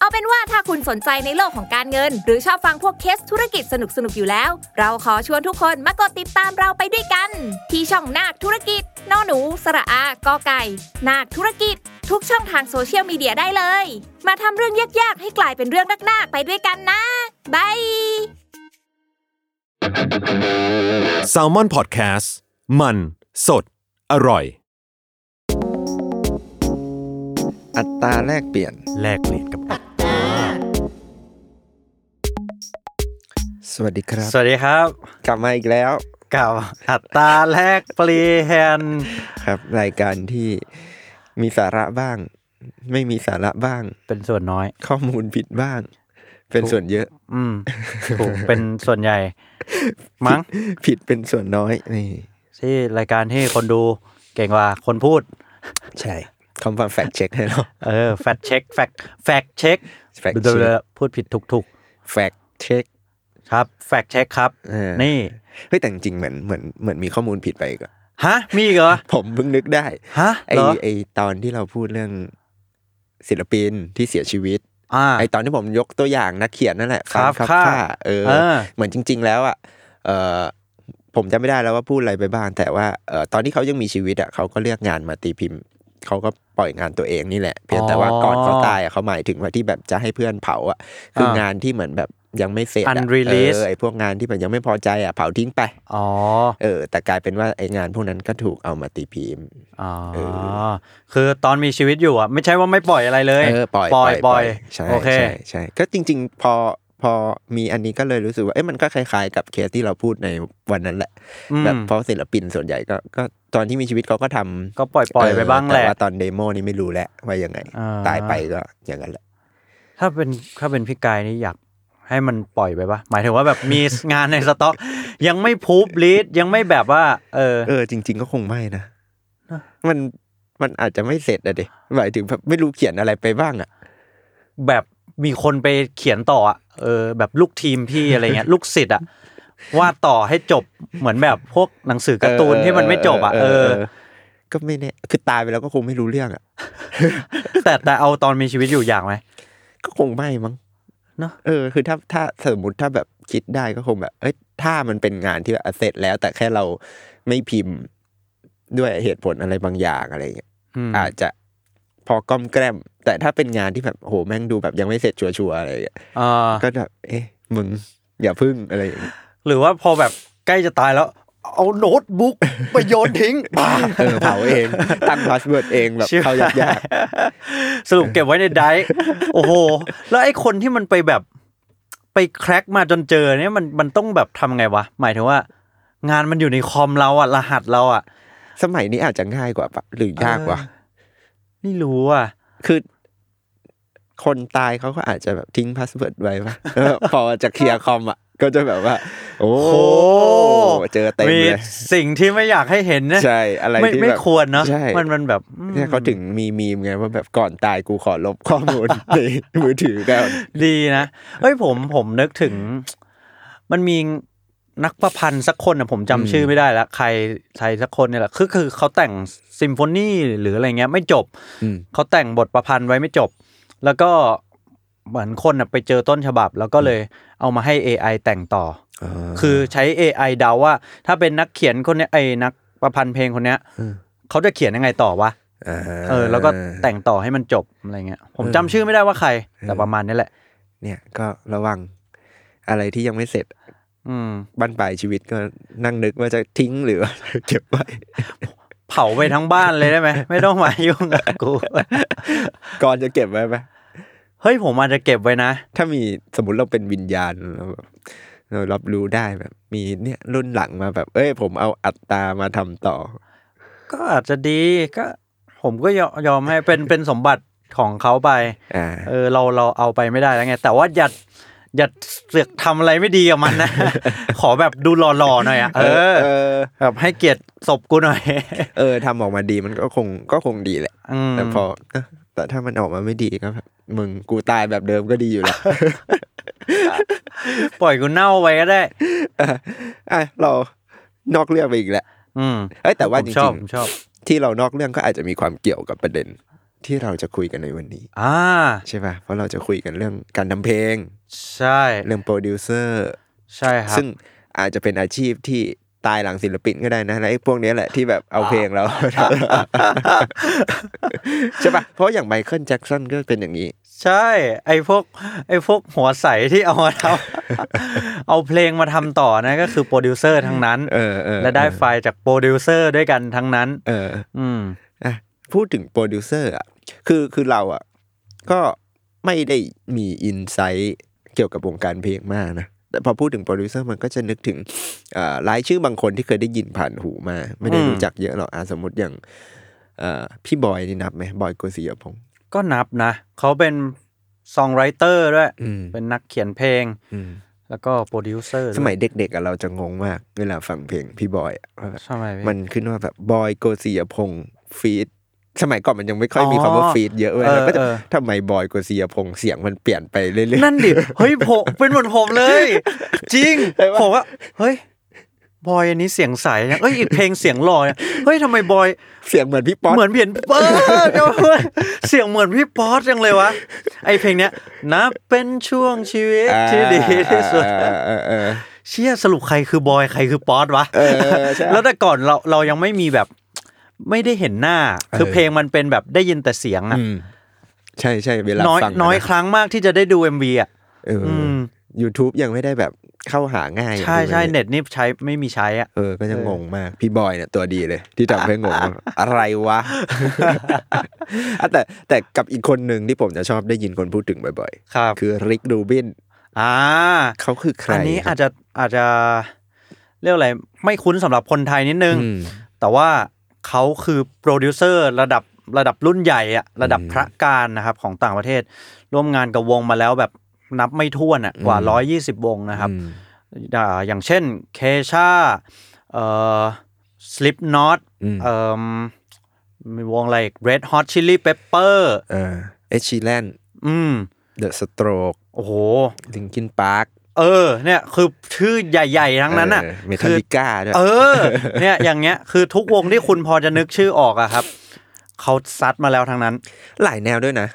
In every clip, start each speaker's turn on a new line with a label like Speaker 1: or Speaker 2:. Speaker 1: เอาเป็นว่าถ้าคุณสนใจในโลกของการเงิน หรือชอบฟังพวกเคสธุรกิจสนุกๆอยู่แล้ว เราขอชวนทุกคนมากดติดตามเราไปด้วยกัน ที่ช่องนาคธุรกิจนอหนู สระอากอไก่ นาคธุรกิจ ทุกช่องทางโซเชียลมีเดียได้เลย มาทำเรื่องยากๆ ให้กลายเป็นเรื่องนักๆไปด้วยกันนะบาย
Speaker 2: s a l m o n PODCAST มัน สด อร่อย
Speaker 3: อัตราแลกเปลี่ยน
Speaker 4: แลกเปลี่ยนกับอัตรา
Speaker 3: สวัสดีครับ
Speaker 4: สวัสดีครับ
Speaker 3: กลับมาอีกแล้ว
Speaker 4: กับอัตราแลกเปลี่ยน
Speaker 3: ครับ รายการที่มีสาระบ้าง ไม่มีสาระบ้าง
Speaker 4: เป็นส่วนน้อย
Speaker 3: ข้อมูลผิดบ้าง เป็นส่วนเยอะ
Speaker 4: อืมถูกเป็นส่วนใหญ่ มั้ง
Speaker 3: ผิดเป็นส่วนน้อยนี่
Speaker 4: ที่รายการที่คนดูเก่งกว่าคนพูด
Speaker 3: ใช่คำว่าแฟกเช็คให้เรา
Speaker 4: เออ แฟกเช็ค แฟกแฟกเช็ค
Speaker 3: แฟกเช็ค
Speaker 4: พู ดผิดถูกถูก
Speaker 3: แฟกเช็ค
Speaker 4: ๆครับ แฟกเช็คครับ
Speaker 3: เออ
Speaker 4: นี่
Speaker 3: เฮ้ยแต่จริงๆเหมือนเหมือนเหมือนมีข้อมูลผิดไปอีก็
Speaker 4: ฮะมีอีกเหรอ
Speaker 3: ผมเพิ่งนึกได้
Speaker 4: ฮะ
Speaker 3: ไอ
Speaker 4: เหรอ
Speaker 3: ไอตอนที่เราพูดเรื่องศิลปินที่เสียชีวิต
Speaker 4: อ่า
Speaker 3: ไอตอนที่ผมยกตัวอย่างนักเขียนนั่นแหละ
Speaker 4: ครั
Speaker 3: ฟั
Speaker 4: บ
Speaker 3: งครับ
Speaker 4: ค่ะ
Speaker 3: ค่ะเออ
Speaker 4: เออ
Speaker 3: เหมือนจริง ๆ แล้วอ่ะเออผมจำไม่ได้แล้วว่าพูดอะไรไปบ้าง แต่ว่าเออตอนที่เขายังมีชีวิตอ่ะเขาก็เลือกงานมาตีพิมพ์ เขาก็ปล่อยงานตัวเองนี่แหละ เพียงแต่ว่าก่อนเขาตายอ่ะเขาหมายถึงว่าที่แบบจะให้เพื่อนเผาอ่ะ คืองานที่เหมือนแบบยังไม่เสร็จอ่ะ
Speaker 4: Unreleased
Speaker 3: เออไอพวกงานที่แบบยังไม่พอใจอ่ะเผาทิ้งไป
Speaker 4: อ๋อ
Speaker 3: เออ แต่กลายเป็นว่าไองานพวกนั้นก็ถูกเอามาตีพิมพ์
Speaker 4: อ๋อ
Speaker 3: เอ
Speaker 4: คือตอนมีชีวิตอยู่อ่ะไม่ใช่ว่าไม่ปล่อยอะไรเลย
Speaker 3: เออปล่อย
Speaker 4: ปล่อยปล่อย
Speaker 3: ใช่
Speaker 4: โอเค
Speaker 3: ใช่ใช่ก็จริง ๆ พอพอมีอันนี้ก็เลยรู้สึกว่าเอ๊ะมันก็คล้ายๆ กับเคสที่เราพูดในวันนั้นแหละ
Speaker 4: อืม
Speaker 3: แบบเพราะศิลปินส่วนใหญ่ก็ก็ตอนที่มีชีวิตเขาก็ทำ
Speaker 4: ก็ปล่อยปล่อยไปบ้างแหละ
Speaker 3: แต่ว่าตอนเดโมนี่ไม่รู้แหละว่ายังไง
Speaker 4: อ่า
Speaker 3: ตายไปก็อย่างนั้นแหละ
Speaker 4: ถ้าเป็นถ้าเป็นพี่กายนี่อยากให้มันปล่อยไปปะหมายถึงว่าแบบมี งานในสต็อก ยังไม่พูบลีดยังไม่แบบว่า เออ
Speaker 3: เออจริง ๆ ก็คงไม่นะ
Speaker 4: นะ
Speaker 3: มันมันอาจจะไม่เสร็จอะเด็หมายถึงแบบไม่รู้เขียนอะไรไปบ้างอะ
Speaker 4: แบบมีคนไปเขียนต่ออะเออ แบบลูกทีมพี่อะไรเงี้ย ลูกศิษย์อะวาดต่อให้จบเหมือนแบบพวกหนังสือการ์ตูนที่มันไม่จบอะเออ
Speaker 3: ก็ไม่แน่คือตายไปแล้วก็คงไม่รู้เรื่องอะ
Speaker 4: แต่แต่เอาตอนมีชีวิตอยู่อย่างไหม
Speaker 3: ก็คงไม่มั้ง
Speaker 4: เนอะ
Speaker 3: เออคือถ้าถ้าสมมติถ้าแบบคิดได้ก็คงแบบ เอ้ยถ้ามันเป็นงานที่แบบอ่ะเสร็จแล้ว แต่แค่เราไม่พิมพ์ด้วยเหตุผลอะไรบางอย่างอะไรอย่างเงี้ย
Speaker 4: อืม
Speaker 3: อาจจะพอก้อมแกล้ม แต่ถ้าเป็นงานที่แบบโอ้โหแม่งดูแบบยังไม่เสร็จชัวร์ๆอะไรอย่างเงี้ย
Speaker 4: อ่า
Speaker 3: ก็แบบเอ๊ะมึงอย่าพึ่งอะไรอย่างเงี้ย
Speaker 4: หรือว่าพอแบบใกล้จะตายแล้ว เอาโน้ตบุ๊กไปโยนทิ้งบ้า
Speaker 3: เออเผาเองตั้งพาสเวิร์ดเองแบบ
Speaker 4: ชิบ
Speaker 3: เข้ายาก
Speaker 4: สรุปเก็บไว้ในไดรฟ์ โอ้โห แล้วไอ้คนที่มันไปแบบ ไปแคร็กมาจนเจอเนี่ยมันมันต้องแบบทำไงวะ หมายถึงว่า งานมันอยู่ในคอมเราอะรหัสเราอะ
Speaker 3: ๆสมัยนี้อาจจะง่ายกว่าปะหรือยากกว่า
Speaker 4: ไม่รู้อะ
Speaker 3: คือคนตายเขาก็อาจจะแบบทิ้งพาสเวิร์ดไว้ป่ะ แล้วพอจะเคลียร์คอมอ่ะ ก็จะแบบว่า โอ้
Speaker 4: โอ้โห
Speaker 3: เจอเต็มเลย
Speaker 4: สิ่งที่ไม่อยากให้เห็นนะ
Speaker 3: ใช่อะไร
Speaker 4: ไม่
Speaker 3: ที่
Speaker 4: ไม่
Speaker 3: แบบ
Speaker 4: ควรเนาะ
Speaker 3: ใช่
Speaker 4: มันมันแบบอืม
Speaker 3: เนี่ยเขาถึงมีมีมไงว่าแบบก่อนตายกูขอลบ ข้อมูล ในมือถือก่อน
Speaker 4: ดีนะเอ้ยผมผมนึกถึง มันมีนักประพันธ์สักคนนะผมจำชื่อไม่ได้ละใครใครสักคนเนี่ยแหละคือคือเขาแต่งซิมโฟนีหรืออะไรเงี้ยไม่จบ
Speaker 3: อืม
Speaker 4: เขาแต่งบทประพันธ์ไว้ไม่จบ แล้วก็เหมือนคนน่ะไปเจอต้นฉบับ แล้วก็เลยเอามาให้ AI แต่งต่อ คือใช้ AI เดาว่า ถ้าเป็นนักเขียนคนเนี้ยไอ้นักประพันธ์เพลงคนเนี้ย
Speaker 3: อืม
Speaker 4: เขาจะเขียนยังไงต่อวะ เออ แล้วก็แต่งต่อให้มันจบอะไรเงี้ย ผมจำชื่อไม่ได้ว่าใคร แต่ประมาณนี้แหละ
Speaker 3: เนี่ยก็ระวังอะไรที่ยังไม่เสร็จ
Speaker 4: อืม
Speaker 3: บั้นปลายชีวิตก็นั่งนึกว่าจะทิ้งหรือว่าเก็บไว้
Speaker 4: เผาไปทั้งบ้านเลยได้ไหม ไม่ต้องมายุ่งกับกู
Speaker 3: ก่อนจะเก็บไว้ไหม
Speaker 4: เฮ้ยผมอาจจะเก็บไว้นะ
Speaker 3: ถ้ามีสมมติเราเป็นวิญญาณเราแบบเรารับรู้ได้แบบ มีเนี่ยรุ่นหลังมาแบบ เอ้ย ผมเอาอัตตามาทำต่อ
Speaker 4: ก็อาจจะดีก็ ผมก็ยอมยอมให้เป็นเป็นสมบัติของเขาไป
Speaker 3: อ่า
Speaker 4: เออเราเราเอาไปไม่ได้แล้วไง แต่ว่าอย่า อย่าเสือกทำอะไรไม่ดีกับมันนะ ขอแบบดูหล่อๆหน่อยอ่ะเออ
Speaker 3: เออ
Speaker 4: แบบให้เกียรติศพกูหน่อย
Speaker 3: เออทำออกมาดีมันก็คงก็คงดีแหละ
Speaker 4: อืม
Speaker 3: แต่พอนะแต่ถ้ามันออกมาไม่ดีก็แบบมึงกูตายแบบเดิมก็ดีอยู่แล้ว
Speaker 4: ปล่อยกูเน่าไว้ก็ได้
Speaker 3: อ่ะเรานอกเรื่องไปอีกแล้ว
Speaker 4: อืม
Speaker 3: เอ้ยแต่ว่า
Speaker 4: ผ
Speaker 3: จ
Speaker 4: ม
Speaker 3: ริ
Speaker 4: ชอบ
Speaker 3: ง
Speaker 4: ผมชอบ
Speaker 3: ๆที่เรานอกเรื่องก็อาจจะมีความเกี่ยวกับประเด็น ที่เราจะคุยกันในวันนี้
Speaker 4: อ่า
Speaker 3: ใช่ป่ะเพราะเราจะคุยกันเรื่องการทำเพลง
Speaker 4: ใช่
Speaker 3: เรื่องโปรดิวเซอร์
Speaker 4: ใช่ครับ
Speaker 3: ซึ่งอาจจะเป็นอาชีพที่ตายหลังศิลปินก็ได้นะแล้วไอ้พวกเนี้ยแหละที่แบบเอาเพลง เรา ใช่ป่ะเพราะอย่างไมเคิลแจ็คสันก็เป็นอย่างนี้
Speaker 4: ใช่ ไอพวก ไอพวกหัวใสที่เอามาทำ เอาเพลงมาทำต่อนะ ก็คือโปรดิวเซอร์ทั้งนั้น
Speaker 3: เออเออ
Speaker 4: และได้
Speaker 3: เออ
Speaker 4: ไฟล์จากโปรดิวเซอร์ด้วยกันทั้งนั้น
Speaker 3: เออ
Speaker 4: อืม
Speaker 3: อ่ะพูดถึงโปรดิวเซอร์อ่ะคือคือเราอ่ะก็ไม่ได้มีอินไซต์เกี่ยวกับวงการเพลงมากนะ แต่พอพูดถึงโปรดิวเซอร์มันก็จะนึกถึงเอ่อรายชื่อบางคนที่เคยได้ยินผ่านหูมา ไม่ได้
Speaker 4: อืม
Speaker 3: รู้จักเยอะหรอกอ่ะสมมติอย่างเอ่อพี่บอยนี่นับไหมบอยโกศิยพงศ์
Speaker 4: ก็นับนะ เขาเป็นซองไรเตอร์ด้วย
Speaker 3: อืม
Speaker 4: เป็นนักเขียนเพลง
Speaker 3: อืม
Speaker 4: แล้วก็โปรดิวเซอร์ด้ว
Speaker 3: สมัยเด็กๆอ่ะเราจะงงมากเวลาฟังเพลงพี่บอยอ่ะว่าแบบ
Speaker 4: ใช่ไหมพี่
Speaker 3: มันขึ้นว่าแบบบอยโกศิยพงศ์ฟีดสมัยก่อนมันยังไม่ค่อยมีคำว่า
Speaker 4: อ๋อ
Speaker 3: ฟีดเยอะเว้ย
Speaker 4: เออ
Speaker 3: เราก็จะ
Speaker 4: เออ
Speaker 3: ทำไมบอยโกศิยพงศ์เสียงมันเปลี่ยนไปเรื่อยๆ
Speaker 4: นั่นดิ เฮ้ยผมเป็นเหมือนผมเลย จริง
Speaker 3: ใช่ปะ
Speaker 4: ผมว่า เฮ้ย บอยอันนี้เสียงใสนะเอ้ยอีกเพลงเสียงหล่อนะเฮ้ยทำไมบอย
Speaker 3: เสียงเหมือนพี่ป๊อต
Speaker 4: เหมือนเพียนเปิดเสียงเหมือนพี่ป๊อตจังเลยวะ ไอเพลงเนี้ยนับเป็นช่วงชีวิตที่ดีที่สุด
Speaker 3: อ่าเออเออ
Speaker 4: เชี่ยสรุปใครคือบอยใครคือป๊อตวะ
Speaker 3: เออใช่
Speaker 4: แล้วแต่ก่อนเราเรายังไม่มีแบบไม่ได้เห็นหน้า คือ
Speaker 3: เออ
Speaker 4: เพลงมันเป็นแบบได้ยินแต่เสียงอะ
Speaker 3: อืมใช่ใช่เวลา
Speaker 4: น้อย
Speaker 3: ฟังะ
Speaker 4: น้อยครั้งมากที่จะได้ดู MV อ่ะ
Speaker 3: เออ
Speaker 4: อืม
Speaker 3: อ YouTube ยังไม่ได้แบบเข้าหาง่าย
Speaker 4: ใช่
Speaker 3: อย่างที่
Speaker 4: ใช่
Speaker 3: มัน
Speaker 4: เน็ตนี่ใช้ไม่มีใช้อ่ะ
Speaker 3: เออก็จะงงมาก พี่บอยเนี่ยตัวดีเลย ที่ทำให้งงว่าอะไรวะ อ่ะแต่แต่กับอีกคนหนึ่งที่ผมจะชอบได้ยินคนพูดถึงบ่อย
Speaker 4: ครับ
Speaker 3: ๆ คือริกดูบิน
Speaker 4: อ่า
Speaker 3: เขาคือใคร
Speaker 4: อันนี้
Speaker 3: ครั
Speaker 4: อา
Speaker 3: บ
Speaker 4: จจะอาจจะเรียกอะไรไม่คุ้นสำหรับคนไทยนิดนึง
Speaker 3: อืม
Speaker 4: แต่ว่าเขาคือโปรดิวเซอร์ระดับระดับรุ่นใหญ่อะระดับพระการนะครับของต่างประเทศ ร่วมงานกับวงมาแล้วแบบนับไม่ถ้วนอะกว่า
Speaker 3: อืม
Speaker 4: 120 วงนะครับ
Speaker 3: อืม
Speaker 4: อ่าอย่างเช่นเคชาเอ่อสลิปน็อต
Speaker 3: อืม
Speaker 4: เอ่อมีวงอะไรอีก Red Hot Chili Pepper
Speaker 3: เออเอชิแลน
Speaker 4: อืม
Speaker 3: เดอะสโตรก
Speaker 4: โอ้โห
Speaker 3: ลิงคินพาร์ค
Speaker 4: เออเนี่ยคือชื่อใหญ่ๆ ทั้งนั้นอะ
Speaker 3: เมทัลลิก้าด้วย
Speaker 4: เออ เนี่ยอย่างเงี้ยคือทุกวงที่คุณพอจะนึกชื่อออกอะครับ เขาซัดมาแล้วทางนั้น
Speaker 3: หลายแนวด้วยนะ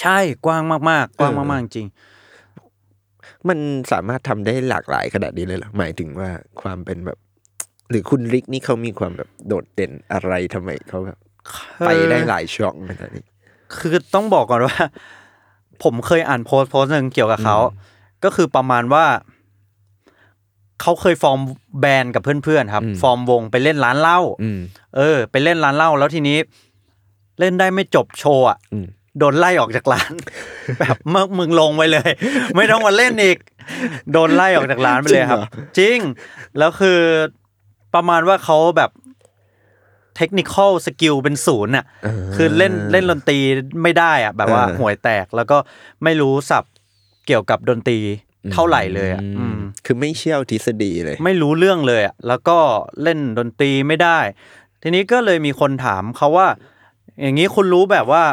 Speaker 4: ใช่กว้างมากๆกว้างมากๆจริง
Speaker 3: มันสามารถทำได้หลากหลายขนาดนี้เลยเหรอ หมายถึงว่าความเป็นแบบ หรือคุณริกนี่เขามีความแบบโดดเด่นอะไรทำไมเขาแบบไปได้หลายช่องขนาดนี้
Speaker 4: คือต้องบอกก่อนว่า ผมเคยอ่านโพสต์โพสต์หนึ่งเกี่ยวกับเขา ก็คือประมาณว่า เขาเคยฟอร์มแบรนด์กับเพื่อนๆครับ
Speaker 3: อืม
Speaker 4: ฟอร์มวงไปเล่นร้านเหล้า
Speaker 3: อืม
Speaker 4: เออ ไปเล่นร้านเหล้าแล้วทีนี้ เล่นได้ไม่จบโชว์อะ
Speaker 3: อืม
Speaker 4: โดนไล่ออกจากร้าน แบบมึงมึงลงไปเลย ไม่ต้องมาเล่นอีก โดนไล่ออกจากร้านไปเลยครับ จริง แล้วคือประมาณว่าเขาแบบเทคนิคอลสกิลเป็นศูนย์อ่ะ คือเล่นเล่นดนตรีไม่ได้อ่ะ แบบว่า
Speaker 3: เออ
Speaker 4: ห่วยแตกแล้วก็ไม่รู้ศัพท์เกี่ยวกับดนตรีเท่าไหร่เลยอ่ะอืม
Speaker 3: คือไม่เชี่ยวทฤษฎีเลย
Speaker 4: ไม่รู้เรื่องเลยอะแล้วก็เล่นดนตรีไม่ได้ ทีนี้ก็เลยมีคนถามเขาว่า อย่างนี้คุณรู้แบบว่า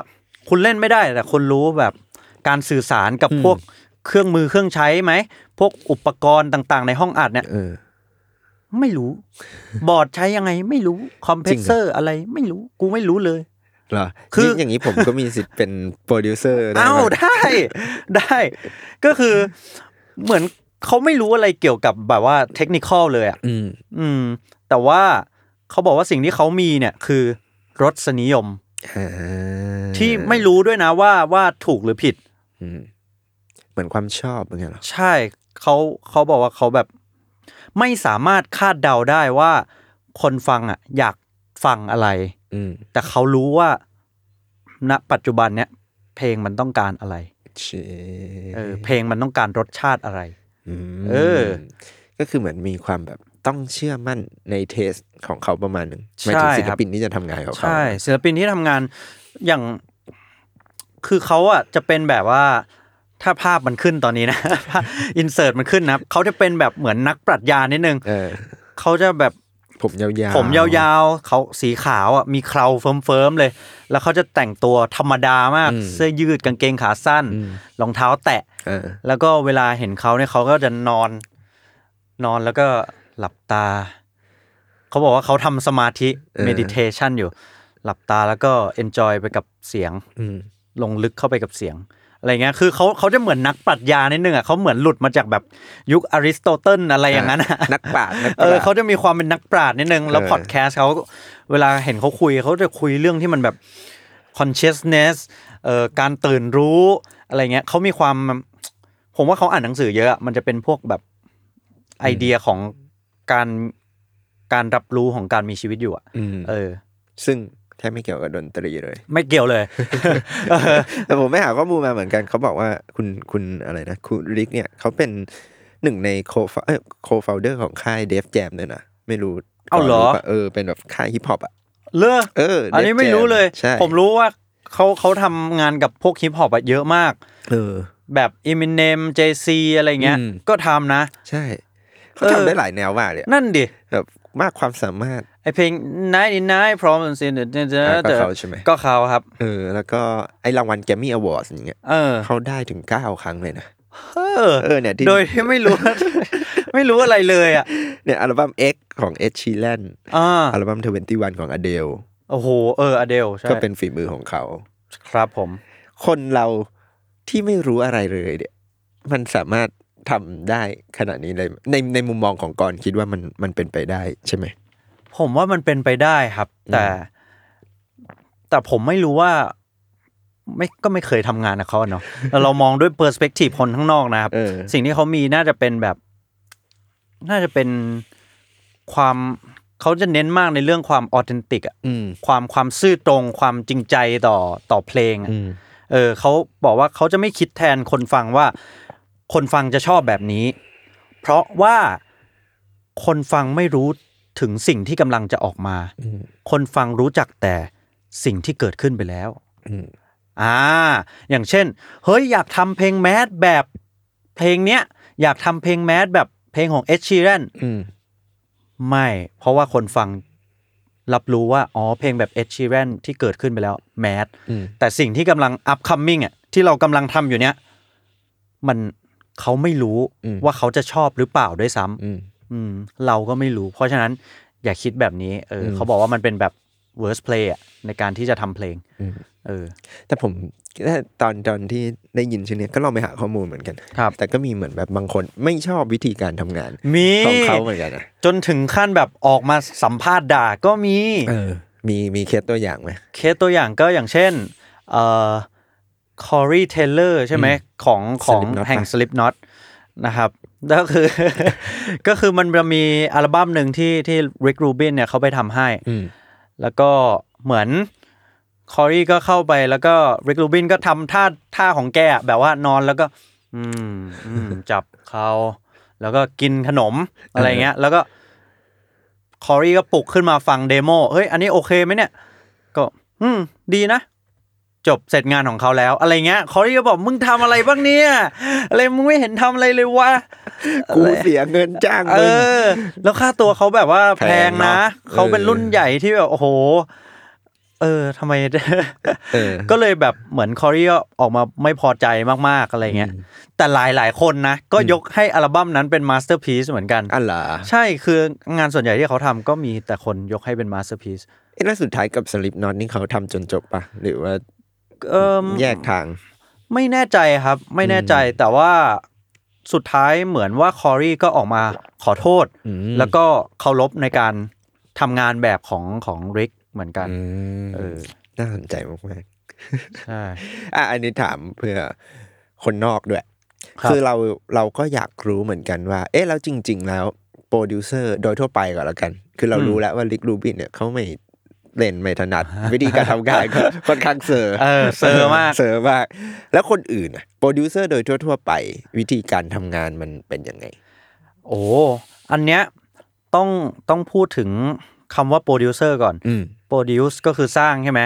Speaker 4: คุณเล่นไม่ได้ แต่คุณรู้แบบการสื่อสารกับพวกเครื่องมือเครื่องใช้ไหม พวกอุปกรณ์ต่างๆ ในห้องอัดเนี่ย
Speaker 3: เออ
Speaker 4: ไม่รู้ บอร์ดใช้ยังไง ไม่รู้ คอมเพรสเซอร์อะไรไม่รู้ กูไม่รู้เลย
Speaker 3: เหรอ
Speaker 4: คื
Speaker 3: คือ
Speaker 4: อ
Speaker 3: อย่างนี้ผมก็มีสิทธิ์เป็นโปรดิวเซอร์ได้
Speaker 4: อ้าว
Speaker 3: ไหม
Speaker 4: ได้ ได้ ก็คือเหมือนเขาไม่รู้อะไรเกี่ยวกับแบบว่าเทคนิคอลเลยอะ
Speaker 3: อืม
Speaker 4: อืม แต่ว่าเขาบอกว่าสิ่งที่เขามีเนี่ยคือรสนิยม
Speaker 3: อ่า
Speaker 4: ที่ไม่รู้ด้วยนะว่าว่าถูกหรือผิด
Speaker 3: อืมเหมือนความชอบเหมือนกันเหรอ
Speaker 4: ใช่เขาเขาบอกว่าเขาแบบ ไม่สามารถคาดเดาได้ว่า คนฟังอ่ะ อยากฟังอะไร
Speaker 3: อืม
Speaker 4: แต่เขารู้ว่า ณ ปัจจุบันเนี้ยเพลงมันต้องการอะไร
Speaker 3: เช
Speaker 4: เออเพลงมันต้องการรสชาติอะไร
Speaker 3: ม
Speaker 4: เออ
Speaker 3: ก็คือเหมือนมีความแบบต้องเชื่อมั่นในเทสของเขาประมาณหนึ่งหมายถึง
Speaker 4: ใช่
Speaker 3: ศิล
Speaker 4: ครับ
Speaker 3: ปินที่จะทำงานของเขา
Speaker 4: ใช่ศิลปินที่ทำงานอย่าง คือเขาอ่ะจะเป็นแบบว่า ถ้าภาพมันขึ้นตอนนี้นะ อินเสิร์ตมันขึ้นนะครับเขาจะเป็นแบบเหมือนนักปรัชญานิดนึง
Speaker 3: เออ
Speaker 4: เขาจะแบบ
Speaker 3: ผมยาวๆ
Speaker 4: ผมยาวๆ เขาสีขาวอ่ะ มีเคราเฟิร์มๆ เลย แล้วเขาจะแต่งตัวธรรมดามาก เสื้อยืดกางเกงขาสั้น รองเท้าแตะ
Speaker 3: เออ
Speaker 4: แล้วก็เวลาเห็นเขาเนี่ยเขาก็จะนอน นอนแล้วก็หลับตา เขาบอกว่าเขาทำสมาธิ
Speaker 3: เออ
Speaker 4: meditation อยู่ หลับตาแล้วก็ enjoy ไปกับเสียง
Speaker 3: อืม
Speaker 4: ลงลึกเข้าไปกับเสียง อะไรเงี้ย คือเขาเขาจะเหมือนนักปรัชญานิดนึงอ่ะเขาเหมือนหลุดมาจากแบบยุคอริสโตเติลอะไรอย่างนั้นอะ
Speaker 3: นักปราชญ์นักป
Speaker 4: เอ
Speaker 3: ราช
Speaker 4: อ
Speaker 3: ญ์
Speaker 4: เขาจะมีความเป็นนักปราชญ์นิดนึง แล้ว
Speaker 3: เออ
Speaker 4: พอดแคสต์เขาเวลาเห็นเขาคุยเขาจะคุยเรื่องที่มันแบบ consciousness เอ่อการตื่นรู้อะไรเงี้ยเขามีความ ผมว่าเขาอ่านหนังสือเยอะ มันจะเป็นพวกแบบไอเดียของการการรับรู้ของการมีชีวิตอยู่อะ
Speaker 3: ม
Speaker 4: เออ
Speaker 3: ซึ่งแทบไม่เกี่ยวกับดนตรีเลย
Speaker 4: ไม่เกี่ยวเลย เออ
Speaker 3: แต่ผมไม่หาข้อมูลมาเหมือนกันเขาบอกว่าคุณคุณอะไรนะ คุณริกเนี่ยเขาเป็นหนึ่งในโคโคฟลเดอร์ของค่ายเดฟแจมเลยนะ ไม่รู้
Speaker 4: เอาเหรอ
Speaker 3: ปะเออ เป็นแบบค่ายฮิปฮอปอ่ะ
Speaker 4: เลิก
Speaker 3: เออ
Speaker 4: อันนี้
Speaker 3: Def
Speaker 4: ไม่
Speaker 3: Jam
Speaker 4: รู้เลย
Speaker 3: ใช่
Speaker 4: ผมรู้ว่าเขาเขาทำงานกับพวกฮิปฮอปอะเยอะมาก
Speaker 3: เออ
Speaker 4: แบบอ m มิเนมเจซีอะไรเงี้ย
Speaker 3: อืม
Speaker 4: ก็ทำนะ
Speaker 3: ใช่เขา
Speaker 4: เออ
Speaker 3: ทำได้หลายแนวมากเลยอะ
Speaker 4: นั่นดิ
Speaker 3: แบบมากความสามารถ
Speaker 4: ไอเพลง99 problems in the
Speaker 3: ก็เขาใช่ไหม
Speaker 4: ก็เขาครับ
Speaker 3: เออ แล้วก็ไอรางวัลแกรมมี่อวอร์ดอย่างเงี้ย
Speaker 4: เออ
Speaker 3: เขาได้ถึงเก้าครั้งเลยนะ
Speaker 4: เออ
Speaker 3: เออเนี่ยที่
Speaker 4: โดยที่ไม่รู้ ไม่รู้อะไรเลยอ่ะ
Speaker 3: เนี่ยอัลบั้ม X ของเอ็ดชีแลน
Speaker 4: อ่า
Speaker 3: อัลบั้ม21ของอเดล
Speaker 4: โอ้โห เออ อเดล ใช่
Speaker 3: ก็เป็นฝีมือของเขา
Speaker 4: ครับผม
Speaker 3: คนเราที่ไม่รู้อะไรเลยเนี่ย มันสามารถทำได้ขนาดนี้เลยในในมุมมองของกรณ์คิดว่ามันมันเป็นไปได้ใช่ไหม
Speaker 4: ผมว่ามันเป็นไปได้ครับ แต่ แต่ผมไม่รู้ว่า ไม่ก็ไม่เคยทำงานกับเขาอะเนาะ แต่เรามองด้วยเปอร์สเปกทีฟคนข้างนอกนะครับ
Speaker 3: เออ
Speaker 4: สิ่งที่เขามีน่าจะเป็นแบบ น่าจะเป็นความเขาจะเน้นมากในเรื่องความออเทนติกอะ
Speaker 3: อืม
Speaker 4: ความความซื่อตรงความจริงใจต่อต่อเพลงอะ
Speaker 3: อืม
Speaker 4: เออเขาบอกว่าเขาจะไม่คิดแทนคนฟังว่า คนฟังจะชอบแบบนี้ เพราะว่าคนฟังไม่รู้ถึงสิ่งที่กำลังจะออกมา
Speaker 3: อืม
Speaker 4: คนฟังรู้จักแต่สิ่งที่เกิดขึ้นไปแล้ว
Speaker 3: อืม
Speaker 4: อ่า อย่างเช่น เฮ้ย อยากทำเพลงแมสแบบเพลงเนี้ย อยากทำเพลงแมสแบบเพลงของ Ed Sheeran
Speaker 3: อืม
Speaker 4: ไม่ เพราะว่าคนฟังรับรู้ว่า อ๋อ เพลงแบบ Ed Sheeran ที่เกิดขึ้นไปแล้วแมส
Speaker 3: อืม
Speaker 4: แต่สิ่งที่กำลัง upcoming อ่ะที่เรากำลังทำอยู่เนี้ยมันเขาไม่รู้ว่าเขาจะชอบหรือเปล่าด้วยซ้ำ
Speaker 3: อืม
Speaker 4: อืมเราก็ไม่รู้ เพราะฉะนั้นอย่าคิดแบบนี้ เอออเขาบอกว่ามันเป็นแบบ worst play อะในการที่จะทำเพลง
Speaker 3: อืม
Speaker 4: เออ
Speaker 3: แต่ผมตอนตอนที่ได้ยินชื่อเนี้ยก็ลองไปหาข้อมูลเหมือนกัน
Speaker 4: ครับ
Speaker 3: แต่ก็มีเหมือนแบบบางคนไม่ชอบวิธีการทำงาน
Speaker 4: มี
Speaker 3: ของเขาเหมือนกันนะ
Speaker 4: จนถึงขั้นแบบออกมาสัมภาษณ์ด่าก็มี
Speaker 3: มีมีเคสตัวอย่างไหม
Speaker 4: เคสตัวอย่างก็อย่างเช่นเอ่อคอรีเทเลอร์ใช่ไหมของของ
Speaker 3: Slipknot
Speaker 4: แห่ง
Speaker 3: ปะ
Speaker 4: Slipknot นะครับ ก็คือ ก็คือมันจะมีอัลบั้มหนึ่งที่ที่ Rick Rubin เนี่ยเขาไปทำให้
Speaker 3: อืม
Speaker 4: แล้วก็เหมือนคอรีก็เข้าไปแล้วก็ริกลูบินก็ทำท่าท่าของแกอะแบบว่านอนแล้วก็ อืมอืม จับเขาแล้วก็กินขนมอะไรเงี้ย แล้วก็คอรีก็ปลุกขึ้นมาฟังเดโมเฮ้ย อันนี้โอเคไหมเนี่ย ก็ อืม ดีนะ จบเสร็จงานของเขาแล้ว อะไรเงี้ยคอรีก็บอกมึงทำอะไรบ้างเนี่ยอะไรมึงไม่เห็นทำอะไรเลยวะ
Speaker 3: กูเสียเงินจ้าง
Speaker 4: เอ
Speaker 3: มึง
Speaker 4: อ แล้วค่าตัวเขาแบบว่าแพ
Speaker 3: แพ
Speaker 4: ง
Speaker 3: ง
Speaker 4: นะ
Speaker 3: เนาะ
Speaker 4: เขาเป็นรุ่น
Speaker 3: เออ
Speaker 4: ใหญ่ที่แบบ โอ้โห เออทำไม
Speaker 3: เออ
Speaker 4: ก็เลยแบบเหมือนคอรี่ออกมาไม่พอใจมาก ๆ อะไรเงี้ย แต่หลายหลายๆคนนะ ก็ยกให้อัลบั้มนั้นเป็นมาสเตอร์พ c e เหมือนกัน
Speaker 3: อันเหรอ
Speaker 4: ใช่คืองานส่วนใหญ่ที่เขาทำก็มีแต่คนยกให้เป็นมาสเตอร์พ c e
Speaker 3: เอ๊ะแล้วสุดท้ายกับสลิปน็อตนี่เขาทำจนจบปะหรือว่า
Speaker 4: เอ่ม
Speaker 3: แยกทาง
Speaker 4: ไม่แน่ใจครับ ไม่แน่ใจแต่ว่าสุดท้ายเหมือนว่าคอรี่ก็ออกมาขอโทษ
Speaker 3: อืม
Speaker 4: แล้วก็เคารพในการทำงานแบบของของริกเหมือนกัน เออ
Speaker 3: น่าสนใจมาก
Speaker 4: ใช่
Speaker 3: ๆอ่ะอันนี้ถามเพื่อคนนอกด้วย
Speaker 4: ครับ
Speaker 3: คือเราเราก็อยากรู้เหมือนกันว่า เอ๊ะแล้วจริง ๆ แล้วโปรดิวเซอร์โดยทั่วไปก่อนละกัน คือเรารู้แล้วว่าลิกรูบินเนี่ยเขาไม่เล่นไม่ถนั ด วิธีการทำงานก็ ค่อนข้างเซอร์
Speaker 4: เออเซอร์มาก
Speaker 3: เซอร์มาก แล้วคนอื่นอะโปรดิวเซอร์โดยทั่ว ๆ ไป วิธีการทำงานมันเป็นยังไง
Speaker 4: โอ้อันเนี้ยต้องต้องพูดถึงคำว่าโปรดิวเซอร์ก่อน
Speaker 3: อืม
Speaker 4: โปรดิวส์ก็คือสร้างใช่ไหม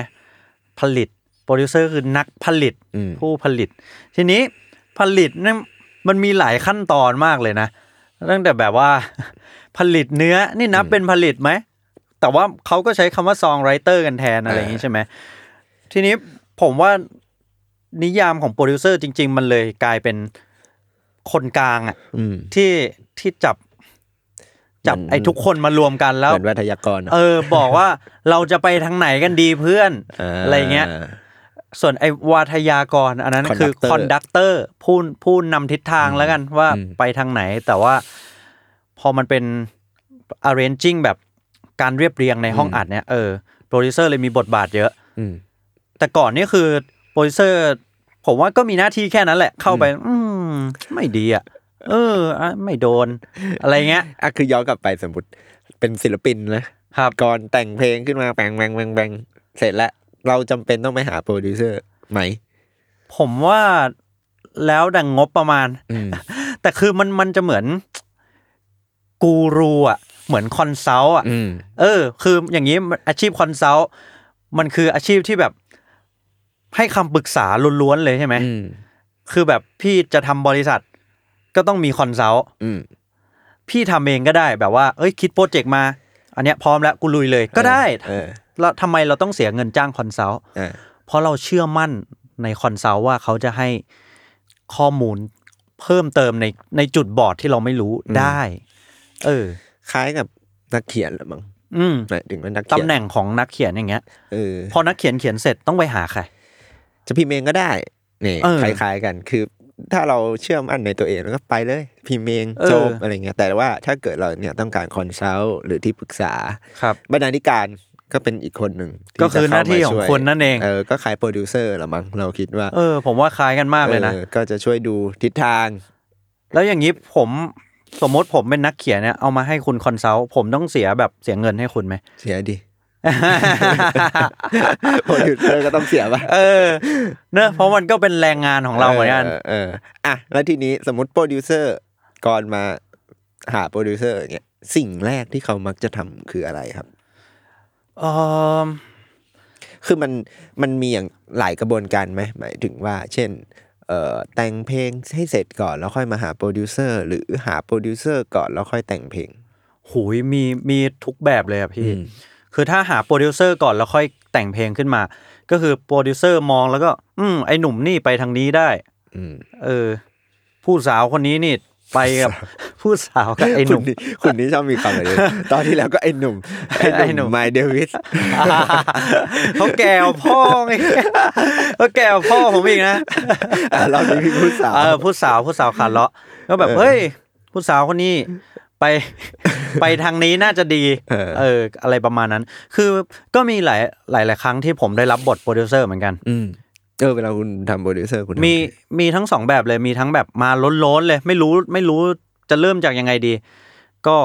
Speaker 4: ผลิตโปรดิวเซอร์คือนักผลิต
Speaker 3: อืม
Speaker 4: ผู้ผลิต ทีนี้ ผลิตเนี่ยมันมีหลายขั้นตอนมากเลยนะตั้งแต่แบบว่า ผลิตเนื้อนี่นับเป็นผลิตไหม แต่ว่าเขาก็ใช้คำว่าซองไรเตอร์กันแทนอะไรอย่างนี้ใช่ไหม ทีนี้ผมว่านิยามของโปรดิวเซอร์จริง ๆ มันเลยกลายเป็นคนกลางอะ
Speaker 3: อืม
Speaker 4: ที่ที่จับจับ
Speaker 3: มัน
Speaker 4: ไอ้ทุกคนมารวมกันแล้ว
Speaker 3: เหมือนวัทยากร
Speaker 4: เออ บอกว่าเราจะไปทางไหนกันดีเพื่อน อะไรเงี้ย
Speaker 3: า
Speaker 4: ส่วนไอ้วาทยากร อันนั้นคือ
Speaker 3: Conductor
Speaker 4: คอนดักเตอร์ผู้ผู้นำทิศทางแล้วกันว่า
Speaker 3: อืม
Speaker 4: ไปทางไหน แต่ว่าพอมันเป็น arranging แบบการเรียบเรียงในห้องอัดเนี่ยเออโปรดิวเซอร์เลยมีบทบาทเยอะ
Speaker 3: อืม
Speaker 4: แต่ก่อนนี่คือโปรดิวเซอร์ ผมว่าก็มีหน้าที่แค่นั้นแหละ เข้าไป อืม ไม่ดีอ่ะ เอออ่ะไม่โดน อะไรเงี้ย
Speaker 3: อ่ะคือย้อนกลับไปสมมติเป็นศิลปินนะครับ ก่อนแต่งเพลงขึ้นมาแบงแบงแบงแบงเสร็จแล้วเราจำเป็นต้องไปหาโปรดิวเซอร์ไหม
Speaker 4: ผมว่าแล้วดังงบประมาณ
Speaker 3: อืม
Speaker 4: แต่คือมันมันจะเหมือน กูรูอ่ะ เหมือนคอนซัลท์อ่ะ
Speaker 3: อืม
Speaker 4: เออ คืออย่างนี้มันอาชีพคอนซัลท์มันคืออาชีพที่แบบ ให้คำปรึกษาล้วนๆเลยใช่ไหม
Speaker 3: อืม
Speaker 4: คือแบบพี่จะทำบริษัท ก็ต้องมีคอนซัลท์
Speaker 3: อืม
Speaker 4: พี่ทำเองก็ได้แบบว่า เอ้ย คิดโปรเจกต์มา อันเนี้ยพร้อมแล้วกูลุยเลยก็ได้
Speaker 3: เออ
Speaker 4: แล้วทำไมเราต้องเสียเงินจ้างคอนซัลท์
Speaker 3: อ่า
Speaker 4: เพราะเราเชื่อมั่นในคอนซัลท์ว่าเขาจะให้ข้อมูลเพิ่มเติมในในจุดบอดที่เราไม่รู้ได้ เออ
Speaker 3: คล้ายกับนักเขียนเหรือมั้ง
Speaker 4: อืม
Speaker 3: หมายถึงว่านัก
Speaker 4: ตำ
Speaker 3: เขียน
Speaker 4: แหน่งของนักเขียนอย่างเงี้ย
Speaker 3: เออ
Speaker 4: พอนักเขียนเขียนเสร็จต้องไปหาใคร
Speaker 3: จะพิมพ์เองก็ได้นี่
Speaker 4: เออ
Speaker 3: คล้ายๆกัน คือ ถ้าเราเชื่อมั่นในตัวเองแล้วก็ไปเลย พิมพ์เอง
Speaker 4: เออ
Speaker 3: จบอะไรเงี้ยแต่ว่าถ้าเกิดเราเนี่ยต้องการคอนซัลท์หรือที่ปรึกษา
Speaker 4: ครับ
Speaker 3: บรรณาธิการก็เป็นอีกคนหนึ่งที่
Speaker 4: ก็คือ
Speaker 3: จะ
Speaker 4: ห
Speaker 3: เข้ม
Speaker 4: น้าที่ของ
Speaker 3: ช่วย
Speaker 4: คนนั่นเอง
Speaker 3: เออก็คล้ายโปรดิวเซอร์เหรือมั้งเราคิดว่า
Speaker 4: เออ ผมว่าคล้ายกันมากเลยนะ
Speaker 3: ออก็จะช่วยดูทิศทาง
Speaker 4: แล้วอย่างนี้ผมสมมติผมเป็นนักเขียนเนี่ยเอามาให้คุณคอนซัลท์ผมต้องเสียแบบเสียเงินให้คุณไหม
Speaker 3: เสียดิ โปรดิวเซอร์ก็ต้องเสียป่ะ
Speaker 4: เออเนอะ เพราะมันก็เป็นแรงงานของเราเหมือนกัน
Speaker 3: เอออ่ะแล้วทีนี้สมมติโปรดิวเซอร์ก่อนมาหาโปรดิวเซอร์อย่างเงี้ยสิ่งแรกที่เขามักจะทำคืออะไรครับ
Speaker 4: เออ
Speaker 3: คือมันมันมีอย่างหลายกระบวนการไหมหมายถึงว่า เช่นเอ่อแต่งเพลงให้เสร็จก่อนแล้วค่อยมาหาโปรดิวเซอร์หรือหาโปรดิวเซอร์ก่อนแล้วค่อยแต่งเพลง
Speaker 4: หูยมีมีทุกแบบเลยอะพี่
Speaker 3: อืม
Speaker 4: คือถ้าหาโปรดิวเซอร์ก่อนแล้วค่อยแต่งเพลงขึ้นมา ก็คือโปรดิวเซอร์มองแล้วก็ อืมไอหนุ่มนี่ไปทางนี้ได้
Speaker 3: อืม
Speaker 4: เออ ผู้สาวคนนี้นี่ไปกับ ผู้สาวกับไอห
Speaker 3: คุ
Speaker 4: นุ่
Speaker 3: ณ
Speaker 4: ม
Speaker 3: นี่คุณนี่ชอบมีคำอะไรเนี่ย ตอนที่แล้วก็ไอ้หนุ่ม
Speaker 4: ไอ้
Speaker 3: ไอ้
Speaker 4: ห
Speaker 3: ห
Speaker 4: นุ่
Speaker 3: นุ่ม
Speaker 4: ม
Speaker 3: ไมเดวิส
Speaker 4: เขาแก่กว่าพ่อไง เขาแก่กว่าพ่อผมอีกนะ
Speaker 3: อ่ะเรามีพี่ผู้สาว
Speaker 4: เออผู้สาวผู้สาวขาเลาะก็แบบ
Speaker 3: เออ
Speaker 4: เฮ้ยผู้สาวคนนี้ไป ไปทางนี้น่าจะดี
Speaker 3: เออ
Speaker 4: เออ อะไรประมาณนั้น คือก็มีหลายหลายหลายครั้งที่ผมได้รับบทโปรดิวเซอร์เหมือนกัน
Speaker 3: อืมเออเวลาคุณทำโปรดิวเซอร์คุณทำ
Speaker 4: มี
Speaker 3: ไง
Speaker 4: มีทั้งสองแบบเลยมีทั้งแบบมาล้นๆเลย ไม่รู้ไม่รู้จะเริ่มจากยังไงดี ก็